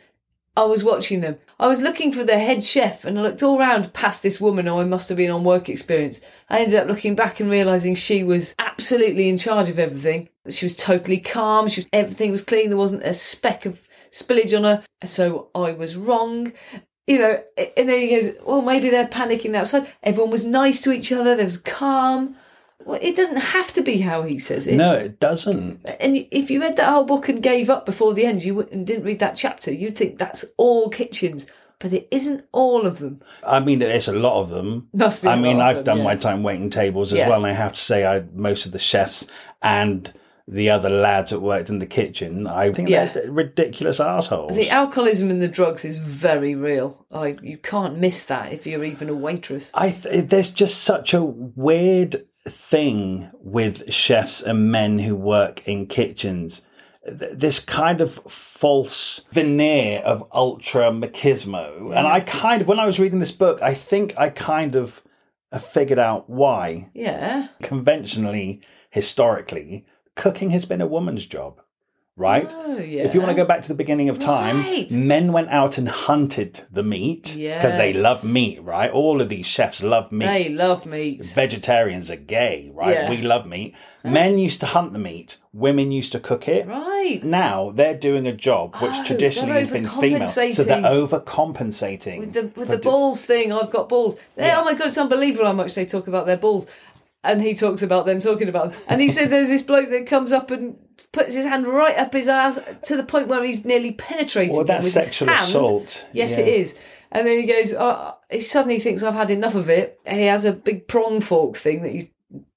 Speaker 2: i was watching them i was looking for the head chef and i looked all round past this woman who i must have been on work experience i ended up looking back and realizing she was absolutely in charge of everything she was totally calm she was, everything was clean there wasn't a speck of spillage on her so i was wrong you know, and then he goes, well, maybe they're panicking outside. Everyone was nice to each other. There was calm. Well, it doesn't have to be how he says it.
Speaker 1: No, it doesn't.
Speaker 2: And if you read that whole book and gave up before the end, you would and didn't read that chapter, you'd think that's all kitchens, but it isn't all of them.
Speaker 1: I mean, it's a lot of them.
Speaker 2: Must be. a
Speaker 1: I mean,
Speaker 2: lot of
Speaker 1: I've
Speaker 2: them,
Speaker 1: done
Speaker 2: yeah.
Speaker 1: my time waiting tables as
Speaker 2: Yeah.
Speaker 1: well, and I have to say, I most of the chefs and the other lads that worked in the kitchen. I think
Speaker 2: Yeah.
Speaker 1: they're ridiculous assholes.
Speaker 2: The alcoholism and the drugs is very real. I, you can't miss that if you're even a waitress.
Speaker 1: I th- there's just such a weird thing with chefs and men who work in kitchens. Th- This kind of false veneer of ultra machismo. And
Speaker 2: Mm.
Speaker 1: I kind of, when I was reading this book, I think I kind of uh, figured out why.
Speaker 2: Yeah.
Speaker 1: Conventionally, historically, cooking has been a woman's job, right?
Speaker 2: Oh, yeah.
Speaker 1: If you want to go back to the beginning of time,
Speaker 2: Right.
Speaker 1: men went out and hunted the meat because they
Speaker 2: Yes.
Speaker 1: love meat, right? All of these chefs love meat.
Speaker 2: They love meat.
Speaker 1: Vegetarians are gay, right?
Speaker 2: Yeah.
Speaker 1: We love meat. Men used to hunt the meat, women used to cook it.
Speaker 2: Right.
Speaker 1: Now they're doing a job which
Speaker 2: Oh,
Speaker 1: traditionally
Speaker 2: they're
Speaker 1: has been female. So they're overcompensating.
Speaker 2: With the with
Speaker 1: for
Speaker 2: the
Speaker 1: do-
Speaker 2: balls thing, I've got balls. They-
Speaker 1: Yeah.
Speaker 2: Oh my god, it's unbelievable how much they talk about their balls. And he talks about them talking about them. And he said there's this bloke that comes up and puts his hand right up his ass to the point where he's nearly penetrated
Speaker 1: Well,
Speaker 2: him
Speaker 1: that's
Speaker 2: with
Speaker 1: sexual
Speaker 2: his hand.
Speaker 1: assault.
Speaker 2: Yes,
Speaker 1: Yeah.
Speaker 2: it is. And then he goes, oh, he suddenly thinks I've had enough of it. He has a big prong fork thing that he's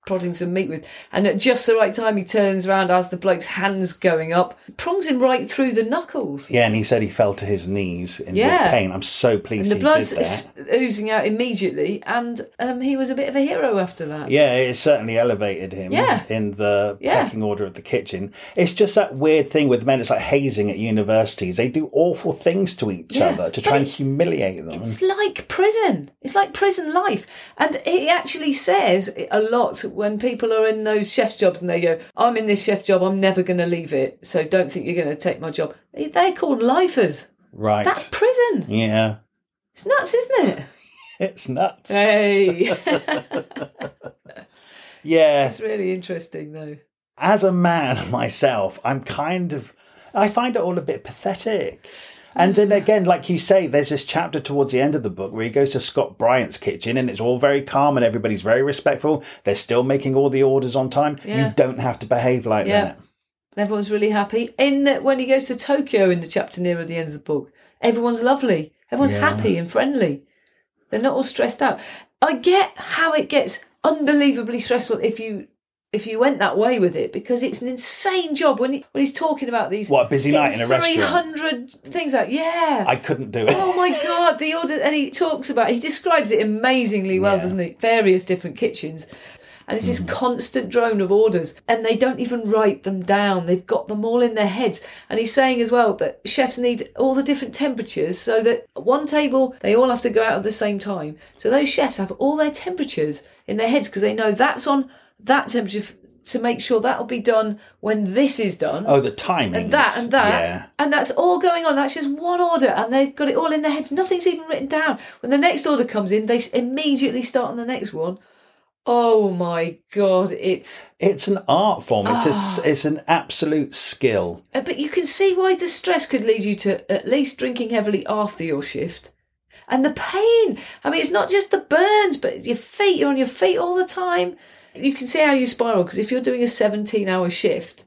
Speaker 2: prodding some meat with. And at just the right time, he turns around as the bloke's hand's going up, prongs him right through the knuckles.
Speaker 1: Yeah, and he said he fell to his knees in
Speaker 2: Yeah.
Speaker 1: with pain. I'm so pleased
Speaker 2: The
Speaker 1: he
Speaker 2: blood's
Speaker 1: did that.
Speaker 2: s- oozing out immediately, and um, he was a bit of a hero after that.
Speaker 1: Yeah, it certainly elevated him
Speaker 2: Yeah.
Speaker 1: in the
Speaker 2: Yeah.
Speaker 1: pecking order of the kitchen. It's just that weird thing with men. It's like hazing at universities. They do awful things to each
Speaker 2: Yeah.
Speaker 1: other to try and humiliate them.
Speaker 2: It's like prison. It's like prison life. And he actually says a lot when people are in those chef's jobs and they go, I'm in this chef job, I'm never going to leave it, so don't think you're going to take my job. They- They're called lifers.
Speaker 1: Right.
Speaker 2: That's prison.
Speaker 1: yeah.
Speaker 2: It's nuts, isn't it?
Speaker 1: It's nuts. Yeah.
Speaker 2: Hey. it's really interesting, though.
Speaker 1: As a man myself, I'm kind of, I find it all a bit pathetic. And
Speaker 2: Mm.
Speaker 1: then again, like you say, there's this chapter towards the end of the book where he goes to Scott Bryant's kitchen and it's all very calm and everybody's very respectful. They're still making all the orders on time.
Speaker 2: Yeah.
Speaker 1: You don't have to behave like
Speaker 2: Yeah.
Speaker 1: that.
Speaker 2: Everyone's really happy. In that, when he goes to Tokyo in the chapter nearer the end of the book, everyone's lovely. Everyone's
Speaker 1: Yeah.
Speaker 2: happy and friendly. They're not all stressed out. I get how it gets unbelievably stressful if you if you went that way with it because it's an insane job when he, when he's talking about these
Speaker 1: What a busy night in a
Speaker 2: three
Speaker 1: restaurant.
Speaker 2: hundred things out. Yeah.
Speaker 1: I couldn't do it.
Speaker 2: Oh my god, the order and he talks about he describes it amazingly well,
Speaker 1: Yeah.
Speaker 2: doesn't he? Various different kitchens. And it's this constant drone of orders, and they don't even write them down. They've got them all in their heads. And he's saying as well that chefs need all the different temperatures so that at one table, they all have to go out at the same time. So those chefs have all their temperatures in their heads because they know that's on that temperature f- to make sure that'll be done when this is done
Speaker 1: Oh, the timing.
Speaker 2: and that and that and that's all going on that's just one order and they've got it all in their heads nothing's even written down when the next order comes in they s- immediately start on the next one Oh my god, it's.
Speaker 1: Yeah, it's an art form. It's a
Speaker 2: Ah.
Speaker 1: s it's an absolute skill.
Speaker 2: uh, But you can see why the stress could lead you to at least drinking heavily after your shift. And the pain. I mean, it's not just the burns, but your feet, you're on your feet all the time. You can see how you spiral because if you're doing a 17 hour shift,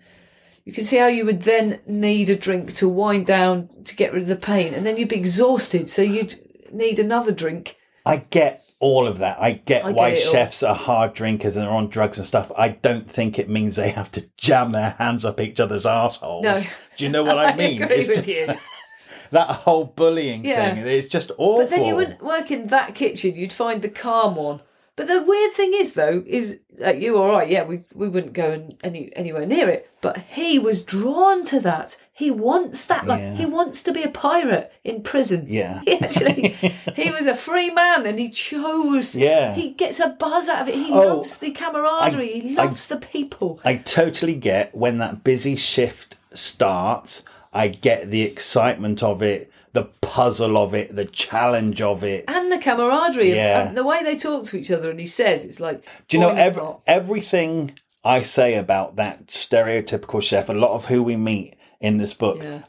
Speaker 2: you can see how you would then need a drink to wind down to get rid of the pain, and then you'd be exhausted, so you'd need another drink.
Speaker 1: I get all of that. I get
Speaker 2: I
Speaker 1: why
Speaker 2: get it all.
Speaker 1: chefs are hard drinkers and are on drugs and stuff. I don't think it means they have to jam their hands up each other's assholes.
Speaker 2: No.
Speaker 1: Do you know what I,
Speaker 2: I
Speaker 1: mean?
Speaker 2: agree
Speaker 1: It's
Speaker 2: with you.
Speaker 1: just- that whole bullying
Speaker 2: Yeah.
Speaker 1: thing. It's just awful.
Speaker 2: But then you wouldn't work in that kitchen. You'd find the calm one. But the weird thing is, though, is like you all right? Yeah, we we wouldn't go in any anywhere near it. But he was drawn to that. He wants that. Like
Speaker 1: Yeah.
Speaker 2: he wants to be a pirate in prison.
Speaker 1: Yeah.
Speaker 2: He actually he was a free man, and he chose.
Speaker 1: Yeah.
Speaker 2: He gets a buzz out of it. He
Speaker 1: Oh,
Speaker 2: loves the camaraderie. he
Speaker 1: I-
Speaker 2: loves the people.
Speaker 1: I totally get when that busy shift starts. I get the excitement of it, the puzzle of it, the challenge of it.
Speaker 2: and the camaraderie
Speaker 1: Yeah.
Speaker 2: of, and the way they talk to each other and he says it's like
Speaker 1: Do you know
Speaker 2: boiling
Speaker 1: every,
Speaker 2: hot.
Speaker 1: everything I say about that stereotypical chef? A lot of who we meet in this book,
Speaker 2: yeah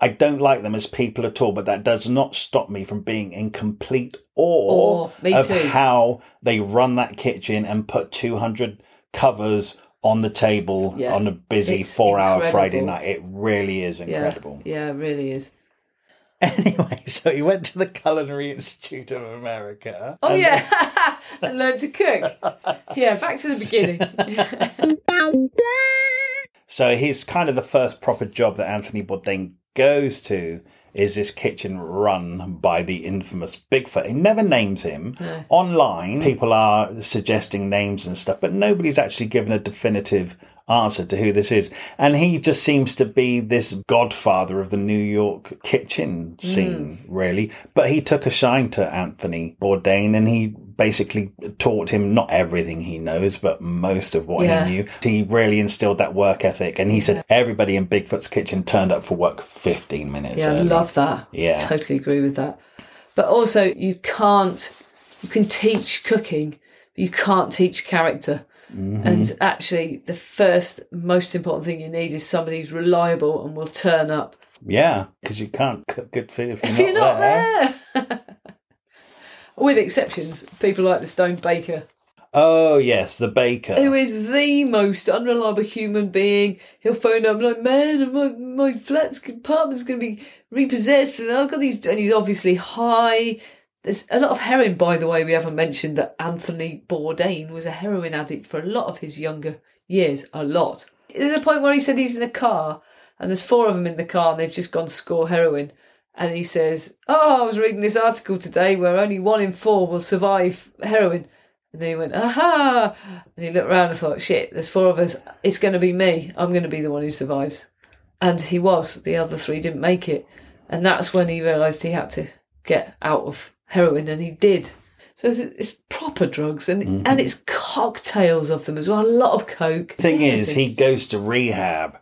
Speaker 1: I don't like them as people at all, but that does not stop me from being in complete awe
Speaker 2: Awe, me
Speaker 1: of
Speaker 2: too.
Speaker 1: how they run that kitchen and put two hundred covers on the table
Speaker 2: Yeah.
Speaker 1: on a busy
Speaker 2: It's
Speaker 1: four-hour
Speaker 2: incredible.
Speaker 1: Friday night. It really is
Speaker 2: yeah
Speaker 1: incredible.
Speaker 2: yeah it really is
Speaker 1: Anyway, so he went to the Culinary Institute of America.
Speaker 2: Oh
Speaker 1: and
Speaker 2: yeah, and learn to cook. Yeah, back to the beginning.
Speaker 1: So he's kind of the first proper job that Anthony Bourdain goes to is this kitchen run by the infamous Bigfoot. He never names him. Online, people are suggesting names and stuff, but nobody's actually given a definitive answer to who this is. And he just seems to be this godfather of the New York kitchen scene, really. But he took a shine to Anthony Bourdain and he basically taught him not everything he knows, but most of what
Speaker 2: Yeah.
Speaker 1: he knew. He really instilled that work ethic. And he said everybody in Bigfoot's kitchen turned up for work 15 minutes
Speaker 2: Yeah, I
Speaker 1: early.
Speaker 2: love that.
Speaker 1: Yeah.
Speaker 2: Totally agree with that. But also, you can't, you can teach cooking, but you can't teach character.
Speaker 1: Mm-hmm.
Speaker 2: And actually, the first most important thing you need is somebody who's reliable and will turn up.
Speaker 1: Yeah, because you can't cook good food if you're,
Speaker 2: If you're not
Speaker 1: not, there.
Speaker 2: there, with exceptions, people like the stone baker,
Speaker 1: Oh yes, the baker.
Speaker 2: who is the most unreliable human being. He'll phone up and like, man, my, my flat's apartment's going to be repossessed, and I've got these. And he's obviously high. There's a lot of heroin, by the way. We haven't mentioned that Anthony Bourdain was a heroin addict for a lot of his younger years. A lot. There's a point where he said he's in a car, and there's four of them in the car, and they've just gone to score heroin. And he says, "Oh, I was reading this article today where only one in four will survive heroin." And he went, aha! And he looked around and thought, shit, there's four of us. It's going to be me. I'm going to be the one who survives. And he was. The other three didn't make it. And that's when he realised he had to get out of heroin, and he did. So it's, it's proper drugs, and
Speaker 1: Mm-hmm.
Speaker 2: and it's cocktails of them as well. A lot of coke.
Speaker 1: thing is, he goes to rehab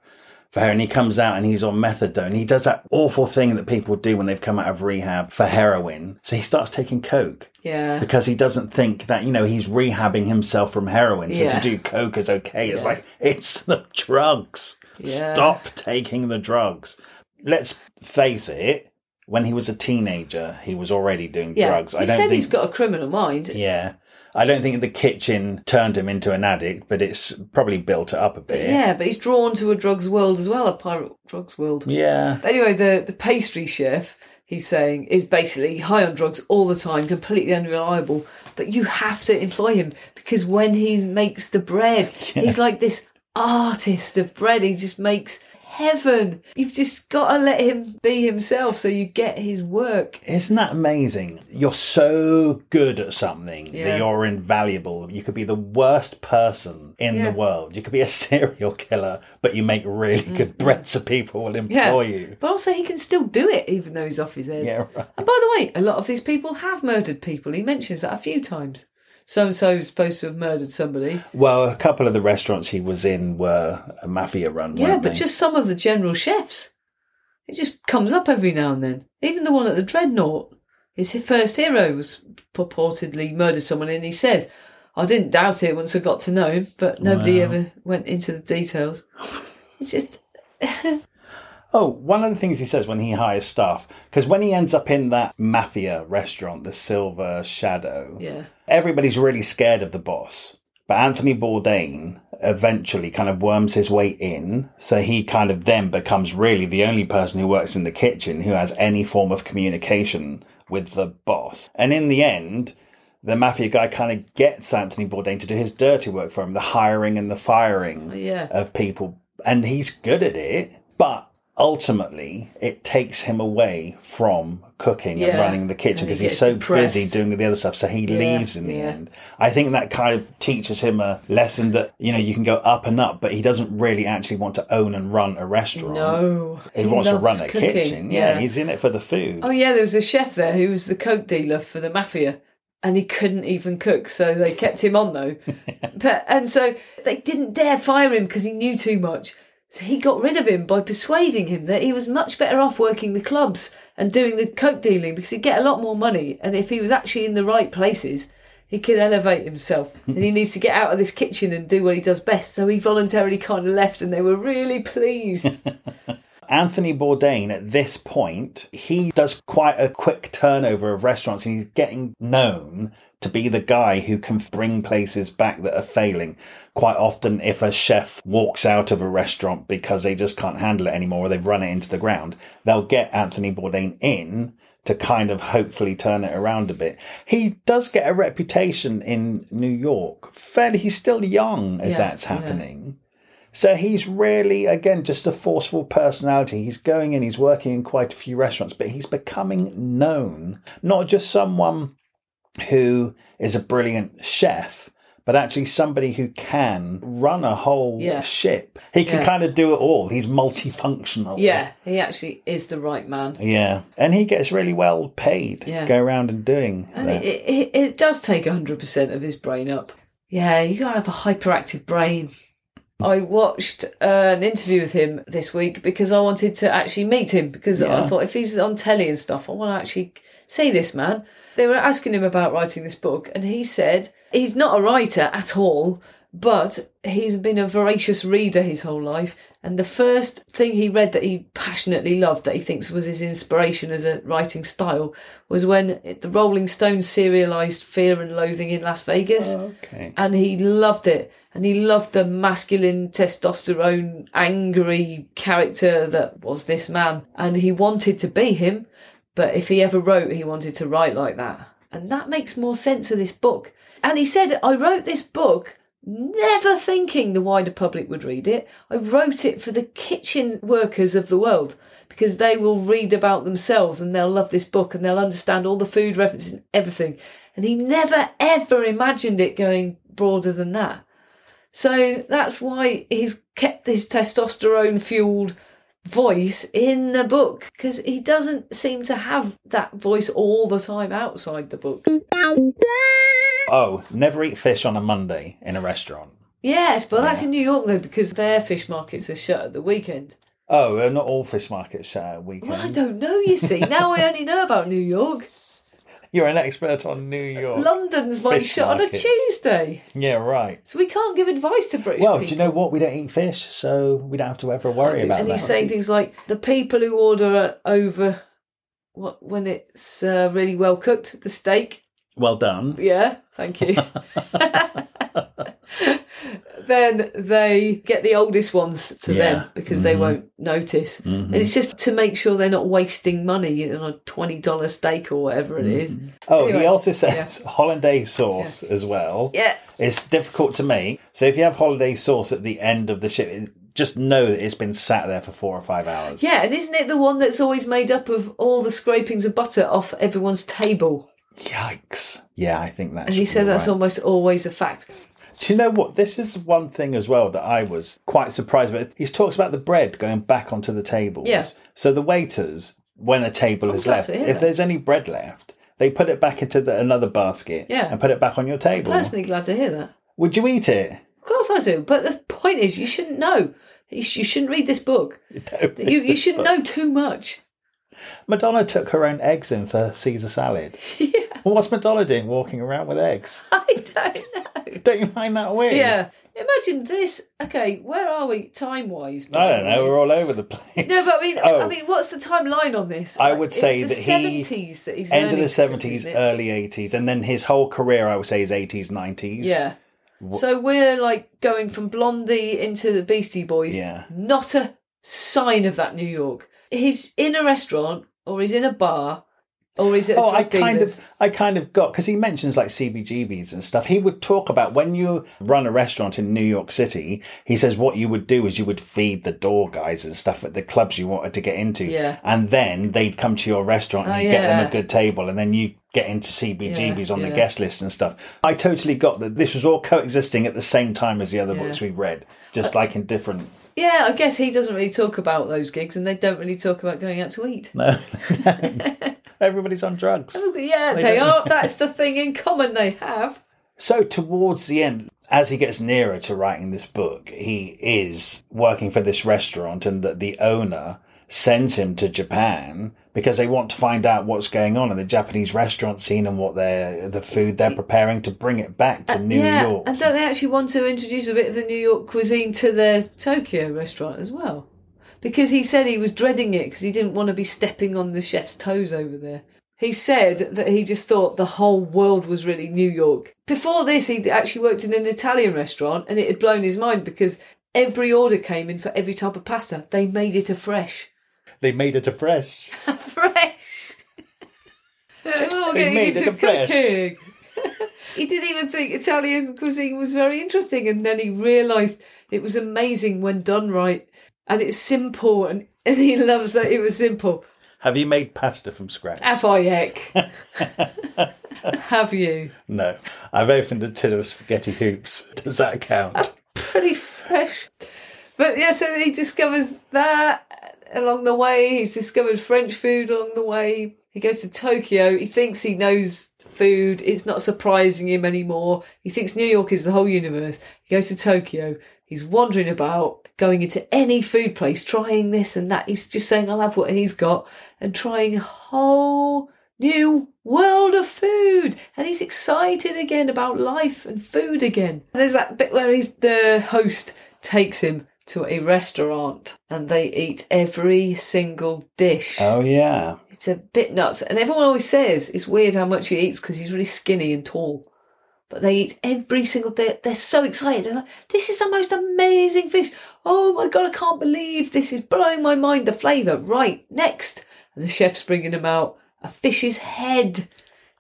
Speaker 1: for heroin. He comes out and he's on methadone. He does that awful thing that people do when they've come out of rehab for heroin. So he starts taking coke
Speaker 2: yeah,
Speaker 1: because he doesn't think that you know he's rehabbing himself from heroin. So
Speaker 2: Yeah.
Speaker 1: to do coke is okay. It's like it's the drugs.
Speaker 2: Yeah.
Speaker 1: Stop taking the drugs. Let's face it. When he was a teenager, he was already doing
Speaker 2: yeah.
Speaker 1: drugs.
Speaker 2: He said he's got a criminal mind.
Speaker 1: Yeah. I don't think the kitchen turned him into an addict, but it's probably built it up a bit.
Speaker 2: Yeah, but he's drawn to a drugs world as well, a pirate drugs world.
Speaker 1: Yeah.
Speaker 2: But anyway, the, the pastry chef, he's saying, is basically high on drugs all the time, completely unreliable. But you have to employ him because when he makes the bread, he's like this artist of bread. He just makes heaven. You've just got to let him be himself so you get his work.
Speaker 1: Isn't that amazing? You're so good at something
Speaker 2: Yeah.
Speaker 1: that you're invaluable. You could be the worst person in
Speaker 2: Yeah.
Speaker 1: the world. You could be a serial killer, but you make really good bread so people will employ
Speaker 2: Mm-hmm. Yeah.
Speaker 1: you.
Speaker 2: But also, he can still do it even though he's off his head.
Speaker 1: Yeah, right.
Speaker 2: And by the way, a lot of these people have murdered people. He mentions that a few times. So and so is supposed to have murdered somebody.
Speaker 1: Well, a couple of the restaurants he was in were a mafia run.
Speaker 2: Yeah,
Speaker 1: weren't
Speaker 2: but
Speaker 1: they?
Speaker 2: just some of the general chefs. It just comes up every now and then. Even the one at the Dreadnought, his first hero was purportedly murdered someone, and he says, I didn't doubt it once I got to know him, but nobody
Speaker 1: Wow.
Speaker 2: ever went into the details. It's just,
Speaker 1: Oh, one of the things he says when he hires staff, because when he ends up in that mafia restaurant, the Silver Shadow,
Speaker 2: yeah.
Speaker 1: everybody's really scared of the boss. But Anthony Bourdain eventually kind of worms his way in. So he kind of then becomes really the only person who works in the kitchen who has any form of communication with the boss. And in the end, the mafia guy kind of gets Anthony Bourdain to do his dirty work for him the hiring and the firing
Speaker 2: Yeah.
Speaker 1: of people. And he's good at it. But ultimately, it takes him away from cooking and
Speaker 2: Yeah.
Speaker 1: running the kitchen
Speaker 2: And he
Speaker 1: because he's
Speaker 2: gets
Speaker 1: so
Speaker 2: depressed.
Speaker 1: busy doing the other stuff. So he
Speaker 2: Yeah,
Speaker 1: leaves in the
Speaker 2: yeah.
Speaker 1: end. I think that kind of teaches him a lesson that, you know, you can go up and up, but he doesn't really actually want to own and run a restaurant.
Speaker 2: No.
Speaker 1: He, wants to
Speaker 2: loves
Speaker 1: run a
Speaker 2: cooking.
Speaker 1: kitchen. Yeah, he's in it for the food.
Speaker 2: Oh yeah, there was a chef there who was the coke dealer for the mafia, and he couldn't even cook, so they kept him on though. But and so they didn't dare fire him because he knew too much. So he got rid of him by persuading him that he was much better off working the clubs and doing the coke dealing because he'd get a lot more money, and if he was actually in the right places. He could elevate himself and he needs to get out of this kitchen and do what he does best. So he voluntarily kind of left and they were really pleased.
Speaker 1: Anthony Bourdain, at this point, he does quite a quick turnover of restaurants and he's getting known to be the guy who can bring places back that are failing. Quite often, if a chef walks out of a restaurant because they just can't handle it anymore or they've run it into the ground, they'll get Anthony Bourdain in to kind of hopefully turn it around a bit. He does get a reputation in New York. Fairly, he's still young as
Speaker 2: Yeah,
Speaker 1: that's
Speaker 2: yeah.
Speaker 1: happening. So he's really, again, just a forceful personality. He's going in, he's working in quite a few restaurants, but he's becoming known, not just someone who is a brilliant chef, but actually somebody who can run a whole
Speaker 2: Yeah.
Speaker 1: ship. He can
Speaker 2: Yeah.
Speaker 1: kind of do it all. He's multifunctional.
Speaker 2: Yeah, he actually is the right man.
Speaker 1: Yeah. And he gets really well paid
Speaker 2: Yeah.
Speaker 1: go around and doing
Speaker 2: And
Speaker 1: that.
Speaker 2: it, it, it does take 100% of his brain up. Yeah, you gotta have a hyperactive brain. I watched uh, an interview with him this week because I wanted to actually meet him because I
Speaker 1: Yeah.
Speaker 2: thought if he's on telly and stuff, I want to actually see this man. They were asking him about writing this book, and he said he's not a writer at all, but he's been a voracious reader his whole life. And the first thing he read that he passionately loved, that he thinks was his inspiration as a writing style, was when it- the Rolling Stones serialized Fear and Loathing in Las Vegas
Speaker 1: Okay.
Speaker 2: and he loved it. And he loved the masculine, testosterone, angry character that was this man. And he wanted to be him, but if he ever wrote, he wanted to write like that. And that makes more sense of this book. And he said, I wrote this book never thinking the wider public would read it. I wrote it for the kitchen workers of the world because they will read about themselves and they'll love this book and they'll understand all the food references and everything. And he never ever imagined it going broader than that. So that's why he's kept his testosterone fueled voice in the book because he doesn't seem to have that voice all the time outside the book.
Speaker 1: Oh, never eat fish on a Monday in a restaurant.
Speaker 2: Yes, but that's in New York though because their fish markets are shut at the weekend.
Speaker 1: Oh, uh, not all fish markets uh, shut at weekend.
Speaker 2: Well, I don't know, you see. now I only know about New York.
Speaker 1: You're an expert on New York.
Speaker 2: London's might
Speaker 1: Fish
Speaker 2: shut on a
Speaker 1: markets.
Speaker 2: Tuesday.
Speaker 1: yeah, right.
Speaker 2: So we can't give advice to British
Speaker 1: Well,
Speaker 2: people.
Speaker 1: do you know what? We don't eat fish, so we don't have to ever worry about
Speaker 2: and
Speaker 1: that.
Speaker 2: he's saying things like the people who order it over what when it's uh, really well cooked the steak
Speaker 1: well done.
Speaker 2: yeah thank you then they get the oldest ones to
Speaker 1: Yeah.
Speaker 2: them because they won't notice
Speaker 1: Mm-hmm.
Speaker 2: and it's just to make sure they're not wasting money on a $20 steak or whatever it is.
Speaker 1: Oh,
Speaker 2: Anyway,
Speaker 1: he also says hollandaise sauce as well.
Speaker 2: yeah
Speaker 1: It's difficult to make. So if you have hollandaise sauce at the end of the ship, it- just know that it's been sat there for four or five hours.
Speaker 2: yeah and isn't it the one that's always made up of all the scrapings of butter off everyone's table
Speaker 1: Yikes. Yeah, I think that.
Speaker 2: and he said that's almost always a fact
Speaker 1: Do you know what? This is one thing as well that I was quite surprised about. He talks about the bread going back onto the tables.
Speaker 2: Yeah. Oh,
Speaker 1: So the waiters, when a table is
Speaker 2: glad
Speaker 1: left,
Speaker 2: to hear
Speaker 1: if
Speaker 2: that.
Speaker 1: there's any bread left, they put it back into the, another basket
Speaker 2: Yeah.
Speaker 1: and put it back on your table.
Speaker 2: personally glad to hear that
Speaker 1: Would you eat it?
Speaker 2: Of course I do. But the point is, you shouldn't know. You, sh- you shouldn't read this book.
Speaker 1: Don't
Speaker 2: You, you shouldn't know too much.
Speaker 1: Madonna took her own eggs in for Caesar salad.
Speaker 2: yeah,
Speaker 1: Well, what's Madonna doing walking around with eggs?
Speaker 2: I don't know.
Speaker 1: Don't you find that weird?
Speaker 2: Yeah. Imagine this. Okay, where are we time wise?
Speaker 1: I don't know. We're all over the place.
Speaker 2: No, but I mean,
Speaker 1: Oh.
Speaker 2: I mean, what's the timeline on this?
Speaker 1: I would say
Speaker 2: it's the
Speaker 1: that he-
Speaker 2: seventies that he's
Speaker 1: End of
Speaker 2: learning
Speaker 1: the
Speaker 2: to cook,
Speaker 1: 70s,
Speaker 2: isn't it?
Speaker 1: early 80s, and then his whole career, I would say, is 80s, 90s.
Speaker 2: yeah. So we're like going from Blondie into the Beastie Boys.
Speaker 1: Yeah.
Speaker 2: Not a sign of that New York. He's in a restaurant, or he's in a bar, or he's at a
Speaker 1: Oh, I
Speaker 2: drug
Speaker 1: kind
Speaker 2: dealer's.
Speaker 1: of, I kind of got because he mentions like CBGBs and stuff. He would talk about when you run a restaurant in New York City. He says what you would do is you would feed the door guys and stuff at the clubs you wanted to get into,
Speaker 2: Yeah.
Speaker 1: and then they'd come to your restaurant and
Speaker 2: Oh,
Speaker 1: you would get them
Speaker 2: yeah.
Speaker 1: a good table, and then you get into CBGBs
Speaker 2: Yeah,
Speaker 1: on the
Speaker 2: yeah.
Speaker 1: guest list and stuff. I totally got that. This was all coexisting at the same time as the other
Speaker 2: Yeah. Uh
Speaker 1: books we read, just like in different.
Speaker 2: Yeah, I guess he doesn't really talk about those gigs, and they don't really talk about going out to eat.
Speaker 1: No, everybody's on drugs.
Speaker 2: Yeah, they,
Speaker 1: don't.
Speaker 2: are. That's the thing in common they have.
Speaker 1: So, towards the end, as he gets nearer to writing this book, he is working for this restaurant, and that the owner sends him to Japan because they want to find out what's going on in the Japanese restaurant scene and what they're the food they're preparing to bring it back to New
Speaker 2: Uh, yeah,
Speaker 1: York.
Speaker 2: and don't they actually want to introduce a bit of the New York cuisine to the Tokyo restaurant as well? Because he said he was dreading it because he didn't want to be stepping on the chef's toes over there. He said that he just thought the whole world was really New York. Before this, he'd actually worked in an Italian restaurant and it had blown his mind because every order came in for every type of pasta. They made it afresh.
Speaker 1: They made it afresh.
Speaker 2: fresh. We're all
Speaker 1: They
Speaker 2: getting
Speaker 1: made
Speaker 2: into
Speaker 1: it fresh.
Speaker 2: cooking. he didn't even think Italian cuisine was very interesting, and then he realised It was amazing when done right, and it's simple, and, and he loves that it was simple.
Speaker 1: Have you made pasta from scratch?
Speaker 2: Have I, Eck? Have you?
Speaker 1: No. I've opened a tin of spaghetti hoops. Does that count?
Speaker 2: Pretty fresh. But yeah, so he discovers that along the way. He's discovered French food along the way. He goes to Tokyo. He thinks he knows food. It's not surprising him anymore. He thinks New York is the whole universe. He goes to Tokyo. He's wandering about, going into any food place, trying this and that. He's just saying, I'll have what he's got, and trying a whole new world of food. And he's excited again about life and food again. And there's that bit where he's the host takes him to a restaurant and they eat every single dish.
Speaker 1: Oh, yeah.
Speaker 2: It's a bit nuts. And everyone always says it's weird how much he eats because he's really skinny and tall. But they eat every single day. They're so excited. They're like, this is the most amazing fish. Oh my God, I can't believe this is blowing my mind. The flavour. Right, next. And the chef's bringing him out a fish's head.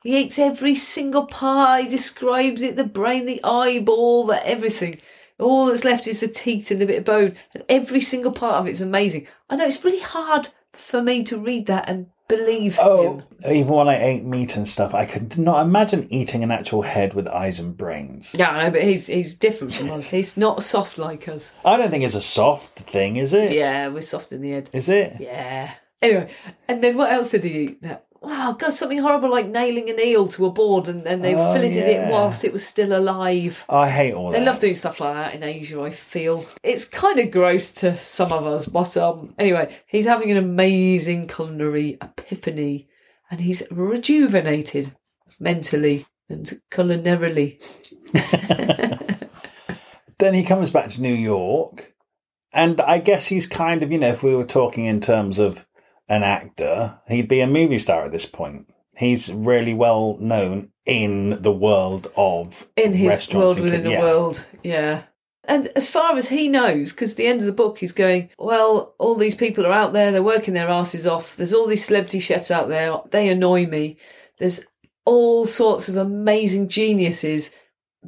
Speaker 2: He eats every single part. He describes it the brain, the eyeball, the everything. All that's left is the teeth and a bit of bone, and every single part of it's amazing. I know it's really hard for me to read that and believe
Speaker 1: Oh,
Speaker 2: him.
Speaker 1: even when I ate meat and stuff, I could not imagine eating an actual head with eyes and brains.
Speaker 2: Yeah, I know, but he's he's different from us. He's not soft like us.
Speaker 1: I don't think it's a soft thing, is it? Is
Speaker 2: Yeah, we're soft in the head.
Speaker 1: it?
Speaker 2: Yeah. Anyway, and then what else did he eat? That wow, God, something horrible like nailing an eel to a board, and then they
Speaker 1: Oh,
Speaker 2: filleted
Speaker 1: yeah.
Speaker 2: it whilst it was still alive.
Speaker 1: I hate all
Speaker 2: They
Speaker 1: that.
Speaker 2: love doing stuff like that in Asia, I feel. It's kind of gross to some of us, but um, anyway, he's having an amazing culinary epiphany and he's rejuvenated mentally and culinarily.
Speaker 1: then he comes back to New York, and I guess he's kind of, you know, if we were talking in terms of an actor, he'd be a movie star at this point. He's really well known in the world of
Speaker 2: In his world
Speaker 1: restaurants and
Speaker 2: within
Speaker 1: ki-
Speaker 2: a
Speaker 1: yeah.
Speaker 2: world, yeah. And as far as he knows, because the end of the book he's going, well, all these people are out there, they're working their asses off. There's all these celebrity chefs out there, they annoy me. There's all sorts of amazing geniuses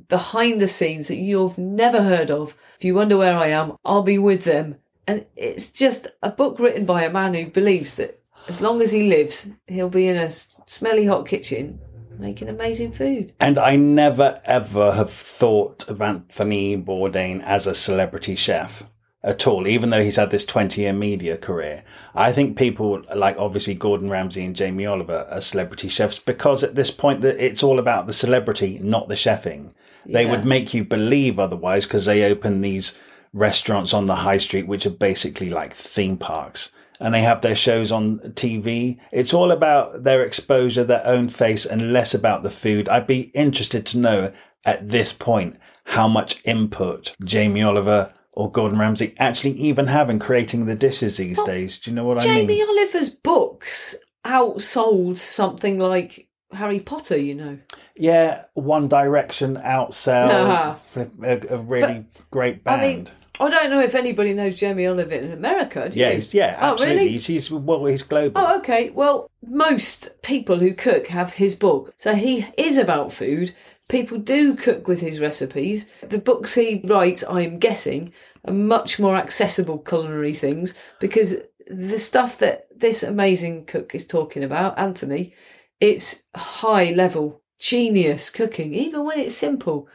Speaker 2: behind the scenes that you've never heard of. If you wonder where I am, I'll be with them. And it's just a book written by a man who believes that as long as he lives, he'll be in a s- smelly hot kitchen making amazing food.
Speaker 1: And I never ever have thought of Anthony Bourdain as a celebrity chef at all, even though he's had this 20 year media career. I think people like obviously Gordon Ramsay and Jamie Oliver are celebrity chefs because at this point that it's all about the celebrity, not the chefing. They
Speaker 2: Yeah.
Speaker 1: would make you believe otherwise because they open these restaurants on the high street, which are basically like theme parks. And they have their shows on TV. It's all about their exposure, their own face, and less about the food. I'd be interested to know at this point how much input Jamie Oliver or Gordon Ramsay actually even have in creating the dishes these days. Do you know what I
Speaker 2: Jamie
Speaker 1: mean?
Speaker 2: Oliver's books outsold something like Harry Potter, you know.
Speaker 1: Yeah, One Direction outsell
Speaker 2: Uh-huh.
Speaker 1: flip- a, a really great band.
Speaker 2: I mean, I don't know if anybody knows Jamie Oliver in America, do
Speaker 1: Yeah,
Speaker 2: you?
Speaker 1: he's, yeah,
Speaker 2: Oh,
Speaker 1: absolutely.
Speaker 2: really?
Speaker 1: He's, he's well, he's global.
Speaker 2: Oh, okay. Well, most people who cook have his book. So he is about food. People do cook with his recipes. The books he writes, I'm guessing, are much more accessible culinary things because the stuff that this amazing cook is talking about, Anthony, it's high level genius cooking, even when it's simple.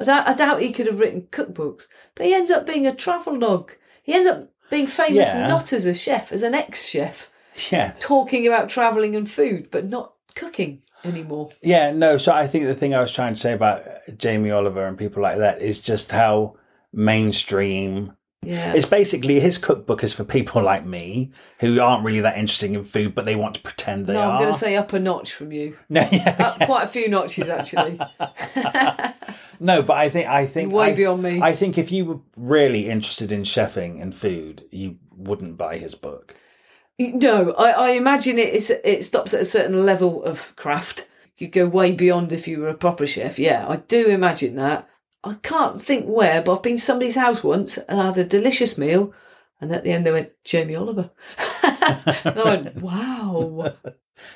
Speaker 2: I doubt, I doubt he could have written cookbooks, but he ends up being a travelogue. He ends up being famous
Speaker 1: Yeah.
Speaker 2: not as a chef, as an ex chef
Speaker 1: Yeah,
Speaker 2: talking about traveling and food, but not cooking anymore.
Speaker 1: yeah, no. So I think the thing I was trying to say about Jamie Oliver and people like that is just how mainstream.
Speaker 2: Yeah.
Speaker 1: It's basically his cookbook is for people like me who aren't really that interested in food, but they want to pretend they
Speaker 2: no,
Speaker 1: are.
Speaker 2: I'm going to say up a notch from you.
Speaker 1: no, yeah.
Speaker 2: Up quite a few notches, actually.
Speaker 1: no, but I think I think
Speaker 2: Way
Speaker 1: I,
Speaker 2: beyond me.
Speaker 1: I think if you were really interested in chefing and food, you wouldn't buy his book.
Speaker 2: no, I, I imagine it, is, it stops at a certain level of craft. You go way beyond if you were a proper chef. Yeah, I do imagine that. I can't think where, but I've been to somebody's house once and I had a delicious meal. And at the end, they went, Jamie Oliver. and I went, wow. And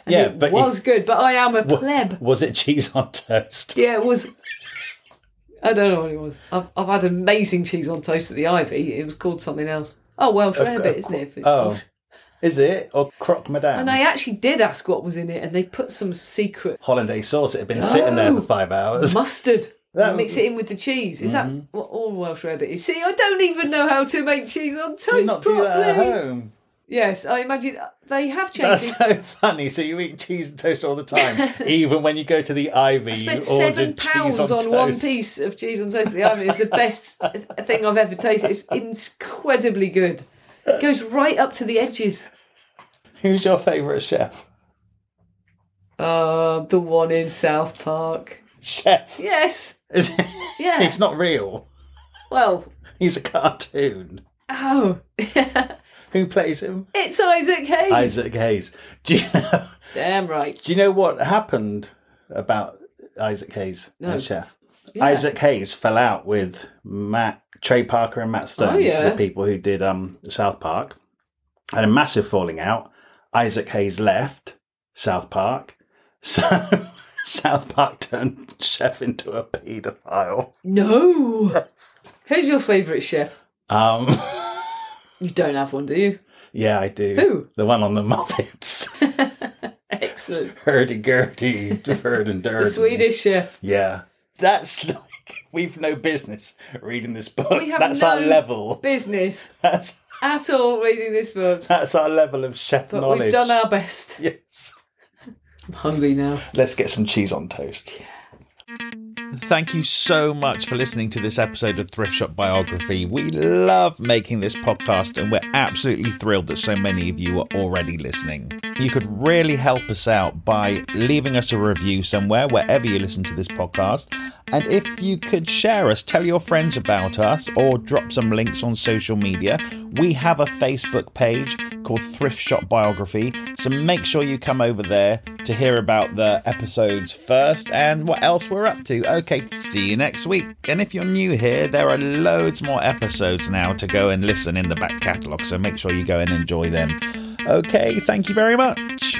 Speaker 1: Yeah,
Speaker 2: it
Speaker 1: but you-
Speaker 2: was good, but I am a pleb.
Speaker 1: Was it cheese on toast?
Speaker 2: Yeah, it was. I don't know what it was. I've, I've had amazing cheese on toast at the Ivy. It was called something else. Oh, Welsh
Speaker 1: A-
Speaker 2: rarebit,
Speaker 1: a-
Speaker 2: isn't it? If it's
Speaker 1: Oh,
Speaker 2: posh.
Speaker 1: is it or croque madame?
Speaker 2: And I actually did ask what was in it, and they put some secret
Speaker 1: Hollandaise sauce. It had been sitting there for five hours.
Speaker 2: mustard.
Speaker 1: That- Mm-hmm.
Speaker 2: mix it in with the cheese. Is that what all Welsh rarebit is? See, I don't even know how to make cheese on toast
Speaker 1: Do you not
Speaker 2: properly.
Speaker 1: do that at home.
Speaker 2: Yes, I imagine they have changed.
Speaker 1: That's
Speaker 2: these-
Speaker 1: so funny. So you eat cheese and toast all the time, even when you go to the Ivy. You
Speaker 2: spent
Speaker 1: ordered
Speaker 2: seven
Speaker 1: cheese
Speaker 2: pounds
Speaker 1: on,
Speaker 2: on, one
Speaker 1: toast.
Speaker 2: piece of cheese on toast at the oven. It's the best thing I've ever tasted. It's incredibly good. It goes right up to the edges.
Speaker 1: Who's your favourite chef?
Speaker 2: Uh, the one in South Park.
Speaker 1: Chef.
Speaker 2: Yes.
Speaker 1: Is
Speaker 2: Yeah.
Speaker 1: He's not real.
Speaker 2: Well.
Speaker 1: He's a cartoon.
Speaker 2: Oh.
Speaker 1: Who plays him?
Speaker 2: it's Isaac Hayes.
Speaker 1: Isaac Hayes. Do you know?
Speaker 2: Damn right.
Speaker 1: Do you know what happened about Isaac Hayes,
Speaker 2: No.
Speaker 1: the chef?
Speaker 2: Yeah.
Speaker 1: Isaac Hayes fell out with Matt Trey Parker and Matt Stone,
Speaker 2: Oh, yeah.
Speaker 1: the people who did um, South Park. Had a massive falling out. Isaac Hayes left South Park, so South Park turned chef into a paedophile.
Speaker 2: No. Who's your favourite chef?
Speaker 1: Um,
Speaker 2: You don't have one, do you?
Speaker 1: yeah, I do.
Speaker 2: Who?
Speaker 1: The one on the Muppets,
Speaker 2: Excellent.
Speaker 1: hurdy gurdy, deferred and dirty.
Speaker 2: The Swedish chef.
Speaker 1: Yeah. That's like we've no business reading this book.
Speaker 2: We have
Speaker 1: that's our
Speaker 2: no-
Speaker 1: level.
Speaker 2: Business
Speaker 1: That's
Speaker 2: at all reading this book,
Speaker 1: that's our level of chef
Speaker 2: but
Speaker 1: knowledge.
Speaker 2: we've done our best.
Speaker 1: yes.
Speaker 2: I'm hungry now.
Speaker 1: Let's get some cheese on toast. Thank you so much for listening to this episode of Thrift Shop Biography. We love making this podcast and we're absolutely thrilled that so many of you are already listening. You could really help us out by leaving us a review somewhere, wherever you listen to this podcast. And if you could share us, tell your friends about us, or drop some links on social media, we have a Facebook page called Thrift Shop Biography. So make sure you come over there to hear about the episodes first and what else we're up to. Okay, see you next week. And if you're new here, there are loads more episodes now to go and listen in the back catalogue. So make sure you go and enjoy them. Okay, thank you very much.